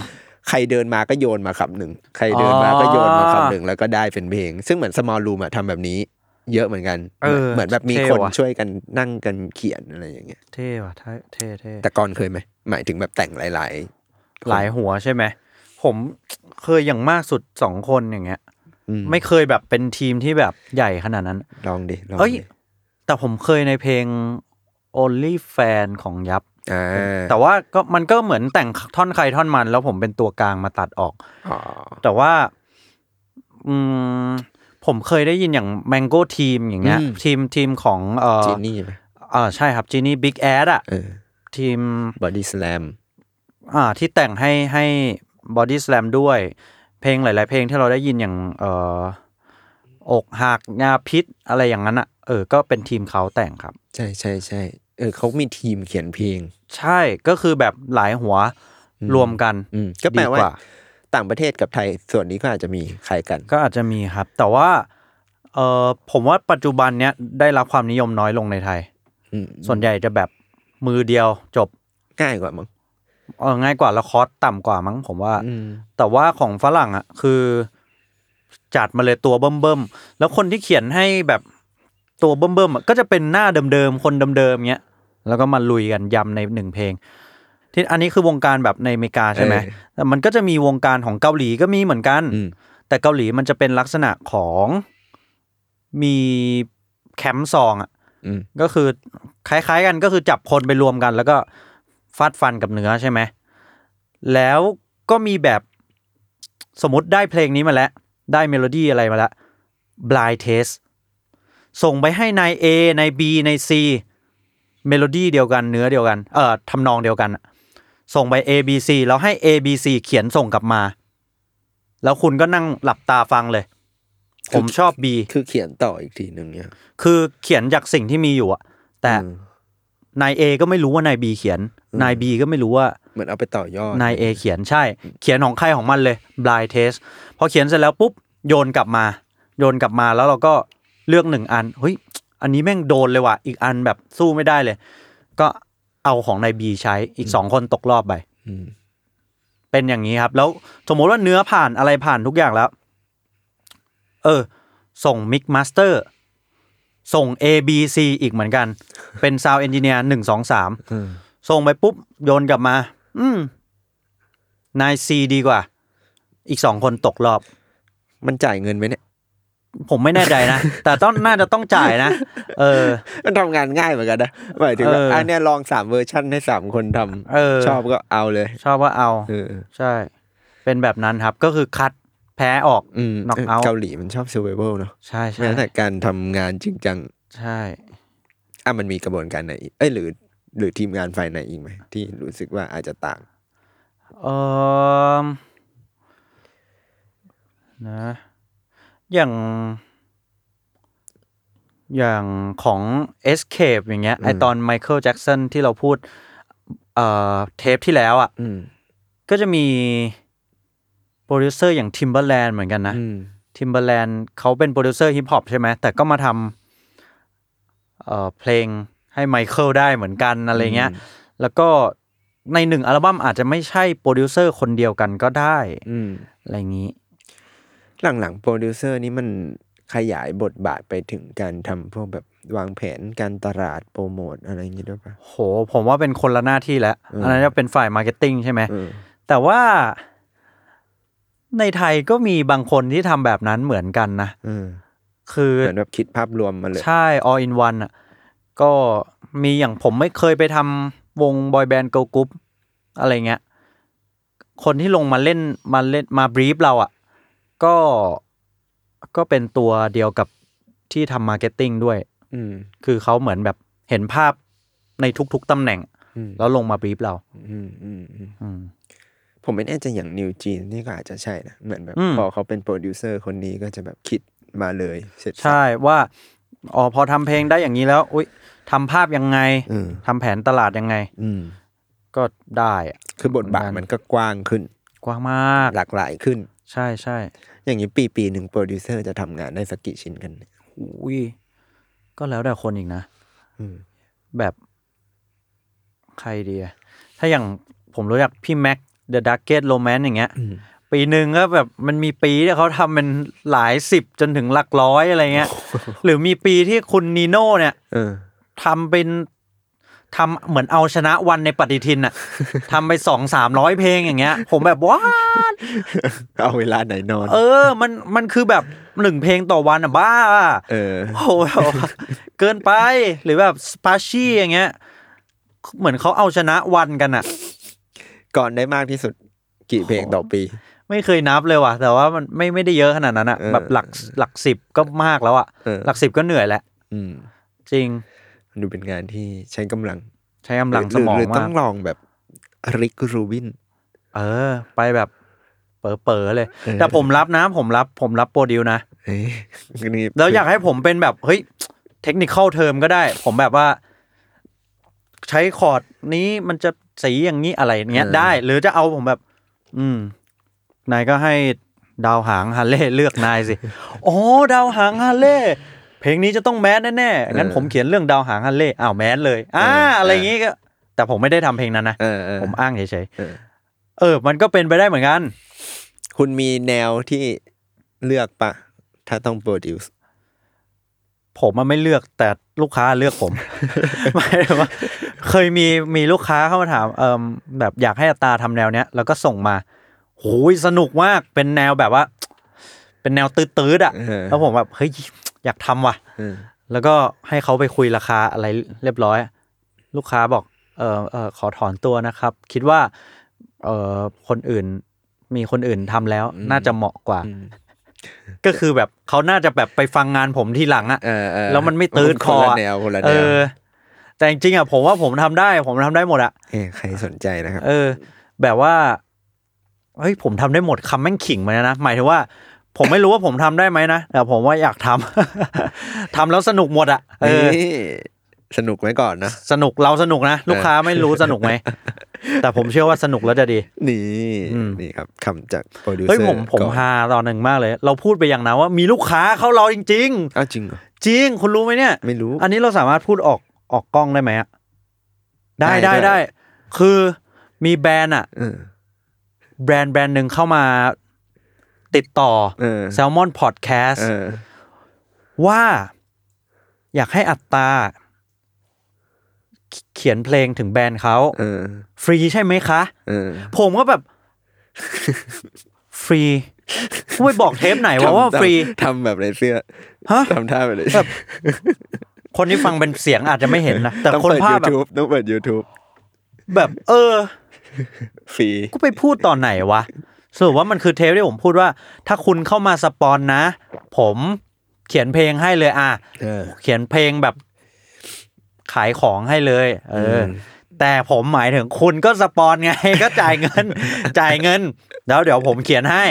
Speaker 3: ใครเดินมาก็โยนมาคำหนึ่งใครเดินมาก็โยนมาคำหนึ่งแล้วก็ได้เป็นเพลง ซึ่งเหมือนสมอลรูมอะทำแบบนี้ เยอะเหมือนกัน
Speaker 4: เออ
Speaker 3: เหมือนแบบมี
Speaker 4: เท่
Speaker 3: คน
Speaker 4: ว่ะ
Speaker 3: ช่วยกันนั่งกันเขียนอะไรอย่างเงี้ย
Speaker 4: เท่ว่ะเท่เท่เท่
Speaker 3: แต่ก่อนเคยไหมหมายถึงแบบแต่งหลาย
Speaker 4: หลายหัวใช่ไหม ผมเคยอย่างมากสุดสองคนอย่างเงี้ย
Speaker 3: อืม
Speaker 4: ไม่เคยแบบเป็นทีมที่แบบใหญ่ขนาดนั้น
Speaker 3: ๆ ลองดิลอง
Speaker 4: เอ้ย
Speaker 3: ดิ
Speaker 4: แต่ผมเคยในเพลง Only Fan ของยับ
Speaker 3: อ่า
Speaker 4: แต่ว่าก็มันก็เหมือนแต่งท่อนใครท่อนมัน แล้วผมเป็นตัวกลางมาตัดออก
Speaker 3: อ๋อ
Speaker 4: แต่ว่า อืม ผมเคยได้ยินอย่าง Mango Team อย่างเงี้ย ทีมทีมของเอ่อ
Speaker 3: จีนี่ไหม
Speaker 4: อ่าใช่ครับจีนี่บิ๊กแอดอ่ะ
Speaker 3: เออ
Speaker 4: ทีม
Speaker 3: บอดี้สแลม
Speaker 4: อ่าที่แต่งให้ให้บอดี้สแลมด้วย เพลงหลาย ๆ เพลงที่เราได้ยินอย่างเอออกหักยาพิษอะไรอย่างนั้นอ่ะเออ ก็เป็นทีมเขาแต่งครับ
Speaker 3: ใช่ใช่ใช่เออเขามีทีมเขียนเพลง
Speaker 4: ใช่ก็คือแบบหลายหัวรวมกัน
Speaker 3: อืมก็แปล
Speaker 4: ดี
Speaker 3: ว่า
Speaker 4: กว่า
Speaker 3: ต่างประเทศกับไทยส่วนนี้ก็อาจจะมีคล้ายกัน
Speaker 4: ก็อาจจะมีครับ แต่ว่าเออผมว่าปัจจุบันเนี้ยได้รับความนิยมน้อยลงในไทย
Speaker 3: อืม
Speaker 4: ส่วนใหญ่จะแบบมือเดียวจบ
Speaker 3: ง่ายกว่ามั้ง
Speaker 4: เออง่ายกว่าแล้วคอสต่ำกว่ามั้งผมว่า
Speaker 3: อืม
Speaker 4: แต่ว่าของฝรั่งอ่ะคือจัดมาเลยตัวเบิ่มเบิ่มๆแล้วคนที่เขียนให้แบบตัวเบิ่มเบิ่มๆอะก็จะเป็นหน้าเดิมๆคนเดิมๆเงี้ยแล้วก็มาลุยกันยำในหนึ่งเพลง ที่อันนี้คือวงการแบบในอเมริกาใช่ไหมแต่มันก็จะมีวงการของเกาหลีก็มีเหมือนกัน
Speaker 3: อืม
Speaker 4: แต่เกาหลีมันจะเป็นลักษณะของมีแคมป์ซองอ่ะ
Speaker 3: อืม
Speaker 4: ก็คือคล้ายๆกันก็คือจับคนไปรวมกัน แล้วก็ฟาดฟันกับเนื้อใช่ไหม แล้วก็มีแบบสมมติได้เพลงนี้มาแล้ว ได้เมโลดี้อะไรมาแล้ว blind test ส่งไปให้นาย A นาย B นาย C เมโลดี้เดียวกันเนื้อเดียวกัน เอ่อทำนองเดียวกันอะส่งไป A B C แล้วให้ A B C เขียนส่งกลับมา แล้วคุณก็นั่งหลับตาฟังเลย ผมชอบ B
Speaker 3: คือเขียนต่ออีกทีหนึ่งเนี่ย
Speaker 4: คือเขียนจากสิ่งที่มีอยู่อะแต่
Speaker 3: อืม
Speaker 4: นายเอก็ไม่รู้ว่านายบีเขียน นายบีก็ไม่รู้ว่า
Speaker 3: เหมือนเอาไปต่อยอด
Speaker 4: นายเอเขียนใช่ เขียนของใครของมันเลย blind test พอเขียนเสร็จแล้วปุ๊บ โยนกลับมา โยนกลับมาแล้วเราก็เลือกหนึ่งอันเฮ้ยอันนี้แม่งโดนเลยว่ะ อีกอันแบบสู้ไม่ได้เลย ก็เอาของนายบีใช้อีกสองคนตกรอบไป
Speaker 3: อืม
Speaker 4: เป็นอย่างนี้ครับ แล้วสมมติว่าเนื้อผ่านอะไรผ่านทุกอย่างแล้ว เออ ส่งมิกมาสเตอร์ส่ง A B C อีกเหมือนกัน เป็นซาวเอนจิเนียร์หนึ่งสองสามส่งไปปุ๊บ โยนกลับมา อืมนาย C ดีกว่า อีกสองคนตกรอบ
Speaker 3: มันจ่ายเงินไหมเนี่ย
Speaker 4: ผมไม่แน่ใจนะ แต่ต้องน่าจะต้องจ่ายนะ เออ
Speaker 3: มันทำงานง่ายเหมือนกันนะหมายถึงแบบ
Speaker 4: เอออั
Speaker 3: อันเนี้ยลองสามเวอร์ชันให้สามคนทำ
Speaker 4: เออ
Speaker 3: ชอบก็เอาเลย
Speaker 4: ชอบว่าเอา
Speaker 3: เออ
Speaker 4: ใช่ เป็นแบบนั้นครับ ก็คือคัดแพ้ออก
Speaker 3: อืม
Speaker 4: knock out
Speaker 3: เกาหลีมันชอบซูเวเบิลเนาะ
Speaker 4: ใช่ใช่
Speaker 3: แม้แต่การทำงานจริงจัง
Speaker 4: ใช่
Speaker 3: อ่ะมันมีกระบวนการไหนอีกเอ้ยหรือ หรือทีมงานฝ่ายไหนอีกไหมที่รู้สึกว่าอาจจะต่าง
Speaker 4: เออนะ อย่าง อย่างของ Escape อย่างเงี้ย ไอตอนไมเคิลแจ็กสันที่เราพูด เอ่อ เทปที่แล้วอ่ะ
Speaker 3: อืม
Speaker 4: ก็จะมีโปรดิวเซอร์อย่าง Timberland เหมือนกันนะ
Speaker 3: อืม
Speaker 4: ทิมเบอร์แลนด์เขาเป็นโปรดิวเซอร์ฮิปฮอปใช่ไหมแต่ก็มาทำเอ่อเพลงให้ไมเคิลได้เหมือนกันอะไรเงี้ย แล้วก็ในหนึ่งอัลบั้มอาจจะไม่ใช่โปรดิวเซอร์คนเดียวกันก็ได้
Speaker 3: อืม
Speaker 4: อะไรอย่างนี้
Speaker 3: หลังๆโปรดิวเซอร์นี้มันขยายบทบาทไปถึงการทำพวกแบบวางแผนการตลาดโปรโมทอะไรอย่างงี้ด้วยปะ
Speaker 4: โห ผมว่าเป็นคนละหน้าที่แล้ว
Speaker 3: อืม
Speaker 4: อันนั้นจะเป็นฝ่ายมาร์เก็ตติ้งใช่ไหม
Speaker 3: เออ
Speaker 4: แต่ว่าในไทยก็มีบางคนที่ทำแบบนั้นเหมือนกันนะ
Speaker 3: เออ
Speaker 4: คือ
Speaker 3: เหมือนแบบคิดภาพรวมมาเลย
Speaker 4: ใช่ all in one อ่ะ ก็มีอย่างผมไม่เคยไปทำวงบอยแบนด์เกิร์ลกรุ๊ปอะไรเงี้ย คนที่ลงมาเล่นมาเล่นมาบรีฟเราอ่ะ ก็ก็เป็นตัวเดียวกับที่ทำมาร์เก็ตติ้งด้วย
Speaker 3: อืม
Speaker 4: คือเขาเหมือนแบบเห็นภาพในทุกๆตำแหน่ง
Speaker 3: อืม
Speaker 4: แล้วลงมาบรีฟเรา
Speaker 3: อืมอืมอืม
Speaker 4: อืม
Speaker 3: ผมไม่แน่ใจอย่างนิวจีนนี่ก็อาจจะใช่นะเหมือนแบบ
Speaker 4: อืม
Speaker 3: พอเขาเป็นโปรดิวเซอร์คนนี้ก็จะแบบคิดมาเลยเสร็จ
Speaker 4: ใช่ว่าอ๋อพอทำเพลงได้อย่างนี้แล้ว อุ้ยทำภาพยังไง
Speaker 3: เออ
Speaker 4: ทำแผนตลาดยังไง
Speaker 3: อืม
Speaker 4: ก็ได้อะ
Speaker 3: คือบทบาท
Speaker 4: เหมือนกัน
Speaker 3: มันก็กว้างขึ้น
Speaker 4: กว้างมาก
Speaker 3: หลากหลายขึ้น
Speaker 4: ใช่ใช่
Speaker 3: อย่างนี้ปีปีหนึ่งโปรดิวเซอร์จะทำงานได้สักกี่ชิ้นกันเนี่ย
Speaker 4: อุ้ยก็แล้วแต่คนอีกนะ
Speaker 3: อืม
Speaker 4: แบบใครดีอะถ้าอย่างผมรู้จักพี่แม็ก The d a r k e t Romance อย่างเงี้ย
Speaker 3: อืม
Speaker 4: ปีหนึ่งก็แบบมันมีปีที่เขาทำเป็นหลายสิบจนถึงหลักร้อยอะไรเงี้ย หรือมีปีที่คุณนีโน่เนี่ย
Speaker 3: เออ
Speaker 4: ทำเป็นทำเหมือนเอาชนะวันในปฏิทิน อะ ทำไปสองสามร้อยเพลงอย่างเงี้ย ผมแบบว้า
Speaker 3: เอาเวลาไหนนอน
Speaker 4: เออ มันมันคือแบบหนึ่งเพลงต่อวันอะบ้าอะ
Speaker 3: เออ
Speaker 4: โอ้โหแบบว่าเกินไปหรือแบบสปาชี่อย่างเงี้ย เหมือนเขาเอาชนะวันกันอะ
Speaker 3: ก่อนได้มากที่สุดกี่เพลงต่อปี
Speaker 4: ไม่เคยนับเลยว่ะ แต่ว่ามันไม่ไม่ได้เยอะขนาดนั้นอะ
Speaker 3: เออ
Speaker 4: แบบหลักหลักสิบก็มากแล้วอะ
Speaker 3: เออ
Speaker 4: หลักสิบก็เหนื่อยแหละ
Speaker 3: อืม
Speaker 4: จริง
Speaker 3: มันดูเป็นงานที่ใช้กำลัง
Speaker 4: ใช้กำลังสมอง
Speaker 3: หรืหรื
Speaker 4: มา
Speaker 3: ต้
Speaker 4: ก
Speaker 3: องลองแบบริกรูบิน
Speaker 4: เออ ไปแบบเป๋อๆเลย
Speaker 3: เออ
Speaker 4: แต่ผมรับนะ ผมรับผมรับโปรดิวนะ
Speaker 3: เอ้ยนี่
Speaker 4: แล้วอยากให้ผมเป็นแบบเฮ้ยเทคนิคเข้าเทอมก็ได้ ผมแบบว่า ใช้คอร์ดนี้มันจะสีอย่างนี้อะไรเงี้ยได้ หรือจะเอาผมแบบ อืม นายก็ให้ดาวหางฮาเล่เลือกนายสิ โอ้ดาวหางฮาเล่เพลงนี้จะต้องแมสแน่ๆงั้นผมเขียนเรื่องดาวหางฮาเล่อ้าวแมสเลยอ่าอะไรอย่างงี้ก็ แต่ผมไม่ได้ทำเพลงนั้นนะ
Speaker 3: เออเออ
Speaker 4: ผมอ้างเฉย
Speaker 3: เออ
Speaker 4: ๆเออ มันก็เป็นไปได้เหมือนกัน
Speaker 3: คุณมีแนวที่เลือกปะ ถ้าต้องโปรดิวส์
Speaker 4: ผมมันไม่เลือกแต่ลูกค้าเลือก ผม หมายถึงว่าเคยมีมีลูกค้าเข้ามาถามเอ่มแบบอยากให้อัตราทำแนวเนี้ยแล้วก็ส่งมาโหยสนุกมากเป็นแนวแบบว่า เป็นแนวตื้ดๆอ่ะ
Speaker 3: เออ
Speaker 4: แล้วผมแบบเฮ้ยอยากทำว่ะ
Speaker 3: เออ
Speaker 4: แล้วก็ให้เขาไปคุยราคาอะไรเรียบร้อย ลูกค้าบอก เออเออขอถอนตัวนะครับ คิดว่า เออคนอื่นมีคนอื่นทำแล้วน่าจะเหมาะกว่า
Speaker 3: อืม
Speaker 4: ก็คือแบบเขาน่าจะแบบไปฟังงานผมทีหลังอะ
Speaker 3: เออเออ
Speaker 4: แล้วมันไม่ตื้นคอ
Speaker 3: คนละ
Speaker 4: อะ
Speaker 3: แนวคนละ
Speaker 4: เอ
Speaker 3: แนว
Speaker 4: อ แต่จริงๆอ่ะผมว่าผมทำได้ ผมทำได้หมดอ่ะ
Speaker 3: เอ้ยใครสนใจนะครับ
Speaker 4: เออ แบบว่า เฮ้ยผมทำได้หมดคำแม่งขิงมานะ หมายถึงว่า ผมไม่รู้ว่าผมทำได้ไหมนะ แต่ผมว่าอยากทำ ทำ แล้วสนุกหมดอ่ะ เออ
Speaker 3: นี่สนุกไว้ก่อนนะ
Speaker 4: สนุกเราสนุกนะ ลูกค้าไม่รู้สนุกไหม แต่ผมเชื่อว่าสนุกแล้วจะดี
Speaker 3: นี่
Speaker 4: อืม
Speaker 3: นี่ครับคำจากโปรดิวเซอร์
Speaker 4: เฮ้ยผมผม
Speaker 3: ก่อน
Speaker 4: ฮาตอนหนึ่งมากเลย เราพูดไปอย่างนะว่ามีลูกค้าเข้าเราจริง
Speaker 3: อ้าวจริงเหรอ
Speaker 4: ๆ จริง คุณรู้ไหมเนี่ย
Speaker 3: ไม่รู้
Speaker 4: อันนี้เราสามารถพูดออกออกกล้องได้ไหมอะได้
Speaker 3: ได้
Speaker 4: ได้
Speaker 3: ได้
Speaker 4: ได้คือมีแบรนด์อะ
Speaker 3: เออ
Speaker 4: แบรนด์แบรนด์หนึ่งเข้ามาติดต่อ
Speaker 3: เออ
Speaker 4: แซลมอนพอดแคส
Speaker 3: เออ
Speaker 4: ต์ว่าอยากให้อัตตาเขียนเพลงถึงแบรนด์เขา
Speaker 3: เออ
Speaker 4: ฟรีใช่ไหมคะ
Speaker 3: เออ
Speaker 4: ผมก็แบบ ฟรีกูไปบอกเทปไหนวะว่า
Speaker 3: ทำ
Speaker 4: ฟรี
Speaker 3: ทำทำแบบไรเสื้อ
Speaker 4: ฮะ
Speaker 3: ทำท่าแบบไร
Speaker 4: แบบ คนที่ฟังเป็นเสียงอาจจะไม่เห็นนะ แต่
Speaker 3: ต้อง
Speaker 4: คน
Speaker 3: เปิด
Speaker 4: ภาพแบบ
Speaker 3: YouTube ต้องเปิด YouTube
Speaker 4: แบบ เออ
Speaker 3: ฟรี
Speaker 4: กูไปพูดตอนไหนวะสรุปว่ามันคือเทปที่ผมพูดว่า ถ้าคุณเข้ามาสปอนนะ ผมเขียนเพลงให้เลย อ่ะ
Speaker 3: เออ
Speaker 4: เขียนเพลงแบบขายของให้เลย เอออ
Speaker 3: ม
Speaker 4: แต่ผมหมายถึงคุณก็สปอนไง ก็จ่ายเงิน จ่ายเงิน แล้วเดี๋ยวผมเขียนให้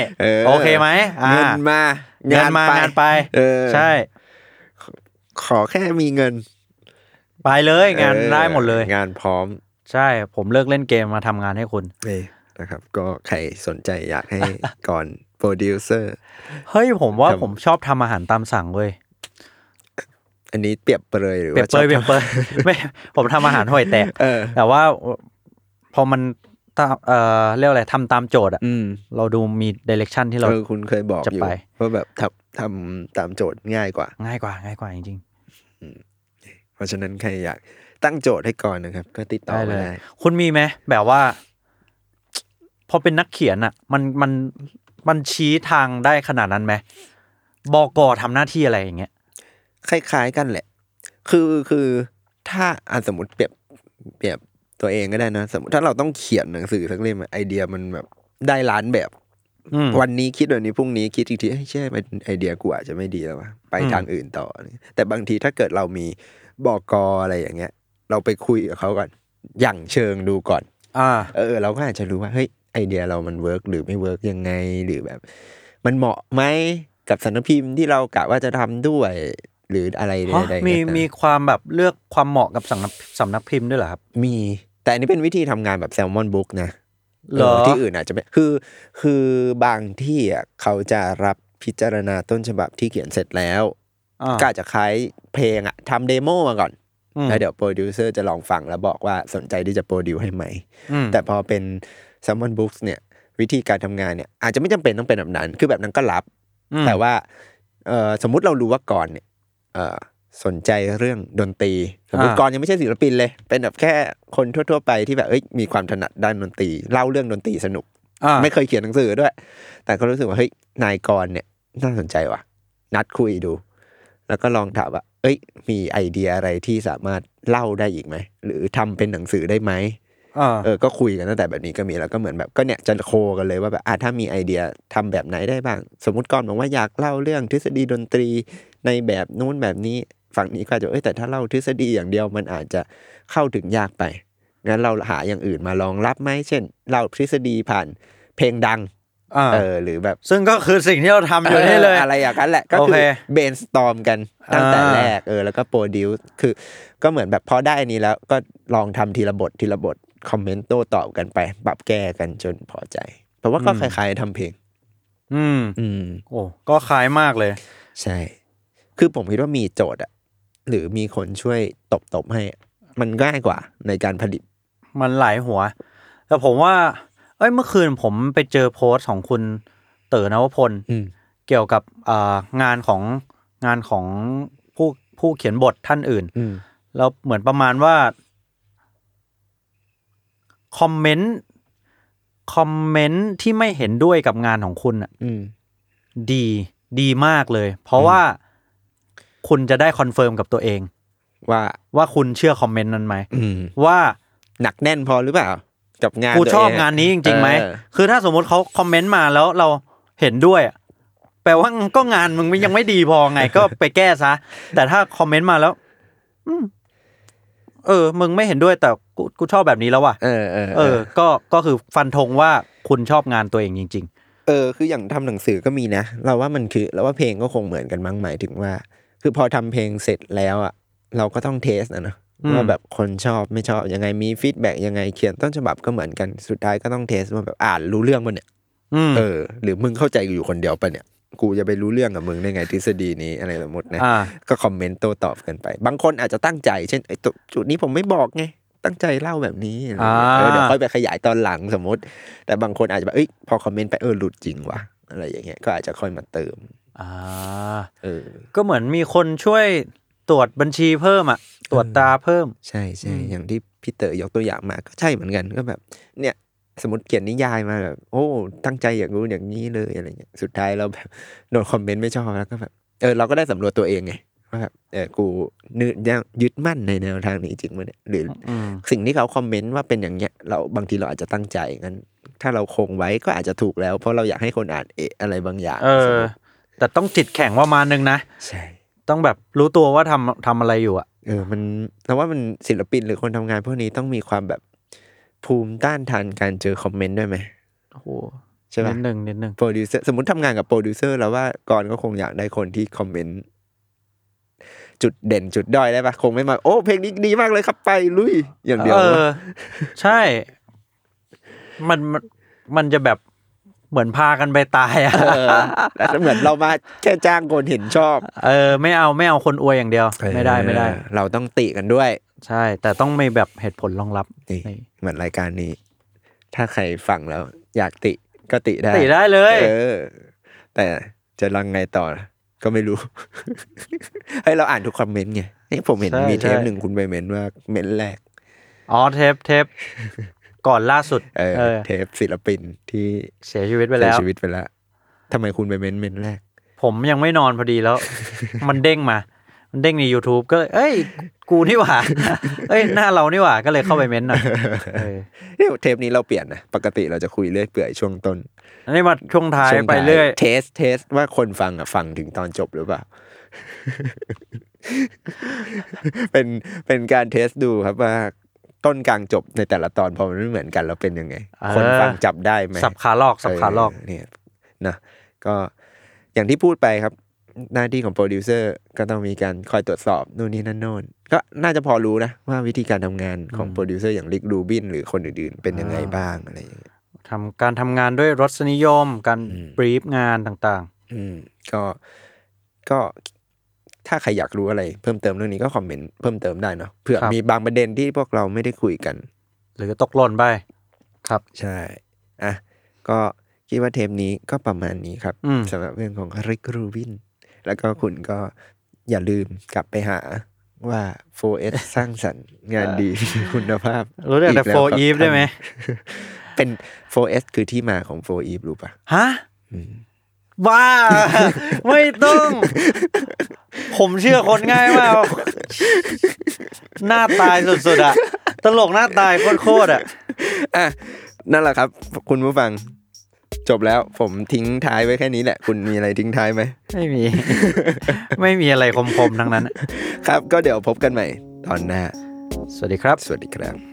Speaker 4: โอเคไหมอ่ะ
Speaker 3: เงินมา
Speaker 4: เงินมางานไป
Speaker 3: เออ
Speaker 4: ใช่
Speaker 3: ขอแค่มีเงิน
Speaker 4: ไปเลยงาน
Speaker 3: เออ
Speaker 4: ได้หมดเลย
Speaker 3: งานพร้อม
Speaker 4: ใช่ ผมเลิกเล่นเกมมาทำงานให้คุณ
Speaker 3: นี่นะครับ ก็ใครสนใจอยากให้ ก่อนโป โปรดิวเซอร์
Speaker 4: เฮ้ยผมว่า
Speaker 3: ครับ
Speaker 4: ผมชอบทำอาหารตามสั่งเว้ย
Speaker 3: อันนี้เปรียบเปรยหรือ
Speaker 4: เปรีย
Speaker 3: ว่า
Speaker 4: บเปรย
Speaker 3: ชอบ
Speaker 4: เปรียบเปรย ไม่ผมทำอาหารห่วยแตก
Speaker 3: เออ
Speaker 4: แต่ว่าพอมันตามเอ่อเรียกอะไรทำตามโจทย์อะ
Speaker 3: อืม
Speaker 4: เราดูมีดเรกชันที่เรา
Speaker 3: เออคุณเคยบอก
Speaker 4: จะ
Speaker 3: อยู่
Speaker 4: ไป
Speaker 3: ว่าแบบทำทำตามโจทย์ง่ายกว่า
Speaker 4: ง่ายกว่าง่ายกว่าจริง
Speaker 3: เพราะฉะนั้นใครอยากตั้งโจทย์ให้ก่อนนะครับ ก็ติด
Speaker 4: ๆ
Speaker 3: ต่อ
Speaker 4: ได้เล
Speaker 3: มาย ได้
Speaker 4: คุณมีไหมแบบว่า พอเป็นนักเขียนอะมันมันมันชี้ทางได้ขนาดนั้นไหมบอกอทำหน้าที่อะไรอย่างเงี้ย
Speaker 3: คล้ายๆกันแหละ คือคือถ้าอะสมมติเปรียบเปรียบตัวเองก็ได้นะ สมมติถ้าเราต้องเขียนหนังสือสักเล่มอะไอเดียมันแบบได้ล้านแบบ
Speaker 4: อืม
Speaker 3: วันนี้คิดวันนี้พรุ่งนี้คิดอีกทีเอ้ยใช่มันไอเดียกูอาจจะไม่ดีแล้ววะไป
Speaker 4: อืม
Speaker 3: ทางอื่นต่ออะไรเงี้ยแต่บางทีถ้าเกิดเรามีบอกกออะไรอย่างเงี้ย เราไปคุยกับเขาก่อนอย่างเชิงดูก่อน
Speaker 4: อ่า
Speaker 3: เออเราก็อาจจะรู้ว่าเฮ้ยไอเดียเรามันเวิร์กหรือไม่เวิร์กยังไงหรือแบบ มันเหมาะไหมกับสำนักพิมพ์ที่เรากะว่าจะทำด้วย หรืออะไรใด
Speaker 4: ฮะ
Speaker 3: ๆก็
Speaker 4: มี
Speaker 3: ตาม
Speaker 4: มีความแบบเลือกความเหมาะกับสำนักสำนักพิมพ์ด้วยเหรอครับ
Speaker 3: มี แต่อันนี้เป็นวิธีทำงานแบบแซลมอนบุ๊กนะ
Speaker 4: เหรอ
Speaker 3: เออที่อื่นอาจจะไม่คือ คือบางที่อ่ะเขาจะรับพิจารณาต้นฉบับที่เขียนเสร็จแล้ว
Speaker 4: อ่า
Speaker 3: ก็อาจจะคล้ายเพลงอ่ะทำเดโมมาก่อน
Speaker 4: อืม
Speaker 3: แล้วเดี๋ยวโปรดิวเซอร์จะลองฟังแล้วบอกว่าสนใจที่จะโปรดิวให้ไหม
Speaker 4: อืม
Speaker 3: แต่พอเป็น s ซ m มอนบุ๊กเนี่ย วิธีการทำงานเนี่ย อาจจะไม่จำเป็นต้องเป็นแบบนั้น คือแบบนั้นก็รับ
Speaker 4: อืม
Speaker 3: แต่ว่าเอ่อสมมุติเรารู้ว่าก่อนเนี่ยเอ่อสนใจเรื่องดนตรี สมมติก่อนยังไม่ใช่ศิลปินเลย เป็นแบบแค่คนทั่ว ๆ ไปที่แบบเอ้ยมีความถนัดด้านดนตรี เล่าเรื่องดนตรีสนุก
Speaker 4: อ่า
Speaker 3: ไม่เคยเขียนหนังสือด้วย แต่ก็รู้สึกว่าเฮ้ยนายกรเนี่ยน่าสนใจว่ะ นัดคุยดู แล้วก็ลองถามว่า เอ้ย มีไอเดียอะไรที่สามารถเล่าได้อีกไหมหรือทำเป็นหนังสือได้ไหม
Speaker 4: อ่า
Speaker 3: เออ ก็คุยกันตั้งแต่แบบนี้ก็มีแล้วก็เหมือนแบบก็เนี่ยจะโคกันเลยว่าแบบอ่ะถ้ามีไอเดียทำแบบไหนได้บ้าง สมมติก่อนบอกว่าอยากเล่าเรื่องทฤษฎีดนตรีในแบบนู้นแบบนี้ฝั่งนี้ก็อาจจะเอ้ยแต่ถ้าเล่าทฤษฎีอย่างเดียวมันอาจจะเข้าถึงยากไปงั้นเราหาอย่างอื่นมารองรับไหมเช่นเล่าทฤษฎีผ่านเพลงดัง
Speaker 4: อ่า
Speaker 3: เออหรือแบบ
Speaker 4: ซึ่งก็คือสิ่งที่เราทำอยู่นี่เลย
Speaker 3: อะไรอย่างนั้นแหละก็
Speaker 4: โอ
Speaker 3: คือ
Speaker 4: เค
Speaker 3: เบนสตอมกันตั้งแต่
Speaker 4: อ่า
Speaker 3: แรกเออแล้วก็โปรดิวคือ ก็เหมือนแบบพอได้อันนี้แล้วก็ลองทำทีละบททีละบท คอมเมนต์โต้ตอบกันไป ปรับแก้กันจนพอใจ เพราะว่าก็คล้ายๆทำเพลง
Speaker 4: อืม
Speaker 3: อืม
Speaker 4: โอ้ก็คล้ายมากเลย
Speaker 3: ใช่ คือผมคิดว่ามีโจทย์อะหรือมีคนช่วยตบตบๆให้ มันง่ายกว่าในการผลิต
Speaker 4: มันหลายหัว แต่ผมว่า เอ้ยเมื่อคืนผมไปเจอโพสต์ของคุณเต๋อนวพล
Speaker 3: อืม
Speaker 4: เกี่ยวกับอ่างานของงานของผู้ผู้เขียนบทท่านอื่น
Speaker 3: อืม
Speaker 4: แล้วเหมือนประมาณว่าคอมเมนต์คอมเมนต์ที่ไม่เห็นด้วยกับงานของคุณน่ะ
Speaker 3: อืม
Speaker 4: ดีดีมากเลย เพราะว่าคุณจะได้คอนเฟิร์มกับตัวเอง
Speaker 3: ว่า
Speaker 4: ว่าคุณเชื่อคอมเมนต์นั้นไหม
Speaker 3: อืม
Speaker 4: ว่า
Speaker 3: หนักแน่นพอหรือเปล่า กับงาน
Speaker 4: กูชอบ
Speaker 3: ตัวเะ
Speaker 4: งานนี้จริงๆไหม
Speaker 3: เออ
Speaker 4: คือถ้าสมมติเขาคอมเมนต์มาแล้วเราเห็นด้วยอะแปลว่าก็งานมึงยังไม่ดีพอ ไง ก็ไปแก้ซะ แต่ถ้าคอมเมนต์มาแล้ว อืมเออ มึงไม่เห็นด้วยแต่กูกูชอบแบบนี้แล้วว่ะ
Speaker 3: เออเออ
Speaker 4: เออ ก็ ก็คือฟันธงว่าคุณชอบงานตัวเองจริง
Speaker 3: เออ คืออย่างทำหนังสือก็มีนะ เราว่ามันคือเราว่าเพลงก็คงเหมือนกันมั้งหมายถึงว่า คือพอทำเพลงเสร็จแล้วอะเราก็ต้องเทสนะเนอะ
Speaker 4: อืม
Speaker 3: ว่าแบบคนชอบไม่ชอบยังไงมีฟีดแบ็กยังไงเขียนต้นฉบับก็เหมือนกันสุดท้ายก็ต้องเทสว่าแบบอ่านรู้เรื่องมันเนี่ย
Speaker 4: ๆ อืม
Speaker 3: เออหรือมึงเข้าใจอยู่คนเดียวปะเนี่ย กูจะไปรู้เรื่องกับมึงได้ไงทฤษฎีนี้อะไรสมมตินะ
Speaker 4: อ่า
Speaker 3: ก็คอมเมนต์โต้ตอบกันไป บางคนอาจจะตั้งใจ เช่นไอ้ตัวจุดนี้ผมไม่บอกไงตั้งใจเล่าแบบนี้อะไรอย่างเงี้ย
Speaker 4: อ่า
Speaker 3: เออเดี๋ยวค่อยไปขยายตอนหลังสมมติ แต่บางคนอาจจะแบบเอ้ยพอคอมเมนต์ไปเออหลุดจริงว่ะอะไรอย่างเงี้ยก็อาจจะค่อยมาเติม
Speaker 4: อ่า
Speaker 3: เออ
Speaker 4: ก็เหมือนมีคนช่วยตรวจบัญชีเพิ่มอ่ะ ตรวจตาเพิ่ม
Speaker 3: ใช่
Speaker 4: อื
Speaker 3: ใช่
Speaker 4: ม
Speaker 3: อย่างที่พี่เต๋อยกตัวอย่างมาก็ใช่เหมือนกันก็แบบ เนี่ยสมมติเขียนนิยายมาแบบโอ้ตั้งใจอย่างนู้นอย่างนี้เลยอะไรเงี้ยสุดท้ายเราแบบ โดนคอมเมนต์ไม่ชอบแล้วก็แบบเออเราก็ได้สำรวจตัวเองไงว่าแบบเออกูนึยังยึดมั่นในแนวทางนี้จริงไหมเนี่ยหรือ
Speaker 4: อืม
Speaker 3: สิ่งที่เขาคอมเมนต์ว่าเป็นอย่างเงี้ยเราบางทีเราอาจจะตั้งใจงั้น ถ้าเราคงไว้ก็อาจจะถูกแล้ว เพราะเราอยากให้คนอ่านเอะอะไรบางอย่าง
Speaker 4: เอ
Speaker 3: สม
Speaker 4: อ
Speaker 3: มติ
Speaker 4: แต่ต้องจิตแข็งประมาณนึงนะ
Speaker 3: ใช่
Speaker 4: ต้องแบบรู้ตัวว่าทำทำอะไรอยู่อ่ะ
Speaker 3: เออมันเราว่ามันศิลปินหรือคนทำงานพวกนี้ต้องมีความแบบภูมิต้านทานการเจอคอมเมนต์ด้วยไหม
Speaker 4: โอ้โห
Speaker 3: ใช่ไหม
Speaker 4: นิดนึงนิดนึง
Speaker 3: โปรดิวเซอร์สมมติทำงานกับโปรดิวเซอร์แล้วว่าก่อนก็คงอยากได้คนที่คอมเมนต์จุดเด่นจุดด้อยได้ปะคงไม่มาโอ้เพลงนี้ดีมากเลยครับไปลุยอย่างเดียว
Speaker 4: เอ
Speaker 3: วะ
Speaker 4: อ ใช่ มันมันมันจะแบบ เหมือนพากันไปตาย อ่ะ
Speaker 3: เออแล้วเหมือนเรามาแค่จ้างคนเห็นชอบ
Speaker 4: เออไม่เอาไม่เอาคนอวยอย่างเดียว ไม่ได้ไม่ได้
Speaker 3: เออเราต้องติกันด้วย
Speaker 4: ใช่ แต่ต้องมีแบบเหตุผลรองรับ
Speaker 3: นี่
Speaker 4: นี่
Speaker 3: เหมือนรายการนี้ ถ้าใครฟังแล้ว อยากติก็ติได้
Speaker 4: ติได้เลย
Speaker 3: เออ แต่จะรังไงต่อ ก็ไม่รู้ ให้ยเราอ่านทุกคอมเมนต์ไงนี่ผมเห็น
Speaker 4: ใช่
Speaker 3: มีเทป
Speaker 4: ใช่
Speaker 3: หนึ่งคุณไปเมนว่าเมนแรก
Speaker 4: อ๋อเทปเทปก่อนล่าสุด
Speaker 3: เออ
Speaker 4: เออ
Speaker 3: เทปศิลปินที่
Speaker 4: เสียชีวิตไป
Speaker 3: เสีย
Speaker 4: แล้ว
Speaker 3: ชีวิตไปแล้วทำไมคุณไปเมนเมนแรก
Speaker 4: ผมยังไม่นอนพอดี แล้ว มันเด้งมา มันเด้งใน YouTube ก็เลยเอ้ย กูนี่ห ว่า เอ้ย หน้าเรานี่หว่าก็เลยเข้าไปเม้นต์หน่อยเออ
Speaker 3: เนี่ยเทปนี้เราเปลี่ยนนะปกติเราจะคุยเรื่อยเปื่อยช่วงต้น
Speaker 4: อันนี้มาช่วงท้าย
Speaker 3: ช่วง
Speaker 4: ไปเรื่อย
Speaker 3: เทสเทสว่าคนฟังอ่ะฟังถึงตอนจบหรือเปล่า เป็นเป็นการเทสดูครับว่าต้นกลางจบในแต่ละตอนพอมันไม่เหมือนกันเราเป็นยังไง
Speaker 4: เออ
Speaker 3: คนฟังจับได้ไหม
Speaker 4: สับขาหลอกสับขาหลอก
Speaker 3: เเนี่ยนะก็อย่างที่พูดไปครับ หน้าที่ของโปรดิวเซอร์ก็ต้องมีการคอยตรวจสอบนู่นนี่นั่นโน่นก็น่าจะพอรู้นะว่าวิธีการทำงานของ
Speaker 4: อืม
Speaker 3: โปรดิวเซอร์อย่างลิกรูบินหรือคนอื่นๆ เป็นยังไงบ้างอะไรอย่างเงี้ย
Speaker 4: ทำการทำงานด้วยรสนิยม การ
Speaker 3: อืม
Speaker 4: บรีฟงานต่าง
Speaker 3: อืมก็ก็ถ้าใครอยากรู้อะไร เพิ่มเติมเรื่องนี้ก็คอมเมนต์เพิ่มเติมได้เนาะเผื่อมีบางประเด็นที่พวกเราไม่ได้คุยกัน
Speaker 4: ๆ หรือตกหล่นไปครับ
Speaker 3: ใช่อ่ะก็คิดว่าเทปนี้ก็ประมาณนี้ครับ
Speaker 4: อืม
Speaker 3: สำหรับเรื่องของริกรูบิน แล้วก็คุณก็อย่าลืมกลับไปหาว่า 4S สร้างสรรค์งานดีมีคุณภาพ
Speaker 4: รู้จักแต่
Speaker 3: อี
Speaker 4: โฟ
Speaker 3: ล้วครับ
Speaker 4: อีฟได้ไหม
Speaker 3: เป็น 4S คือที่มาของ 4E รู้ปะ
Speaker 4: ฮะ
Speaker 3: อืม
Speaker 4: บ้า ไม่ต้อง ผมเชื่อคนง่ายมากหน้าตายสุดๆอะตลกหน้าตายโคตรๆอะ
Speaker 3: อ่ะนั่นแหละครับ คุณผู้ฟัง จบแล้วผมทิ้งท้ายไว้แค่นี้แหละ คุณมีอะไรทิ้งท้ายไหม
Speaker 4: ไม่มี ไม่มีอะไรคมๆ ทั้งนั้น
Speaker 3: ครับ ก็เดี๋ยวพบกันใหม่ตอนหน้า
Speaker 4: สวัสดีครับ
Speaker 3: สวัสดีครับ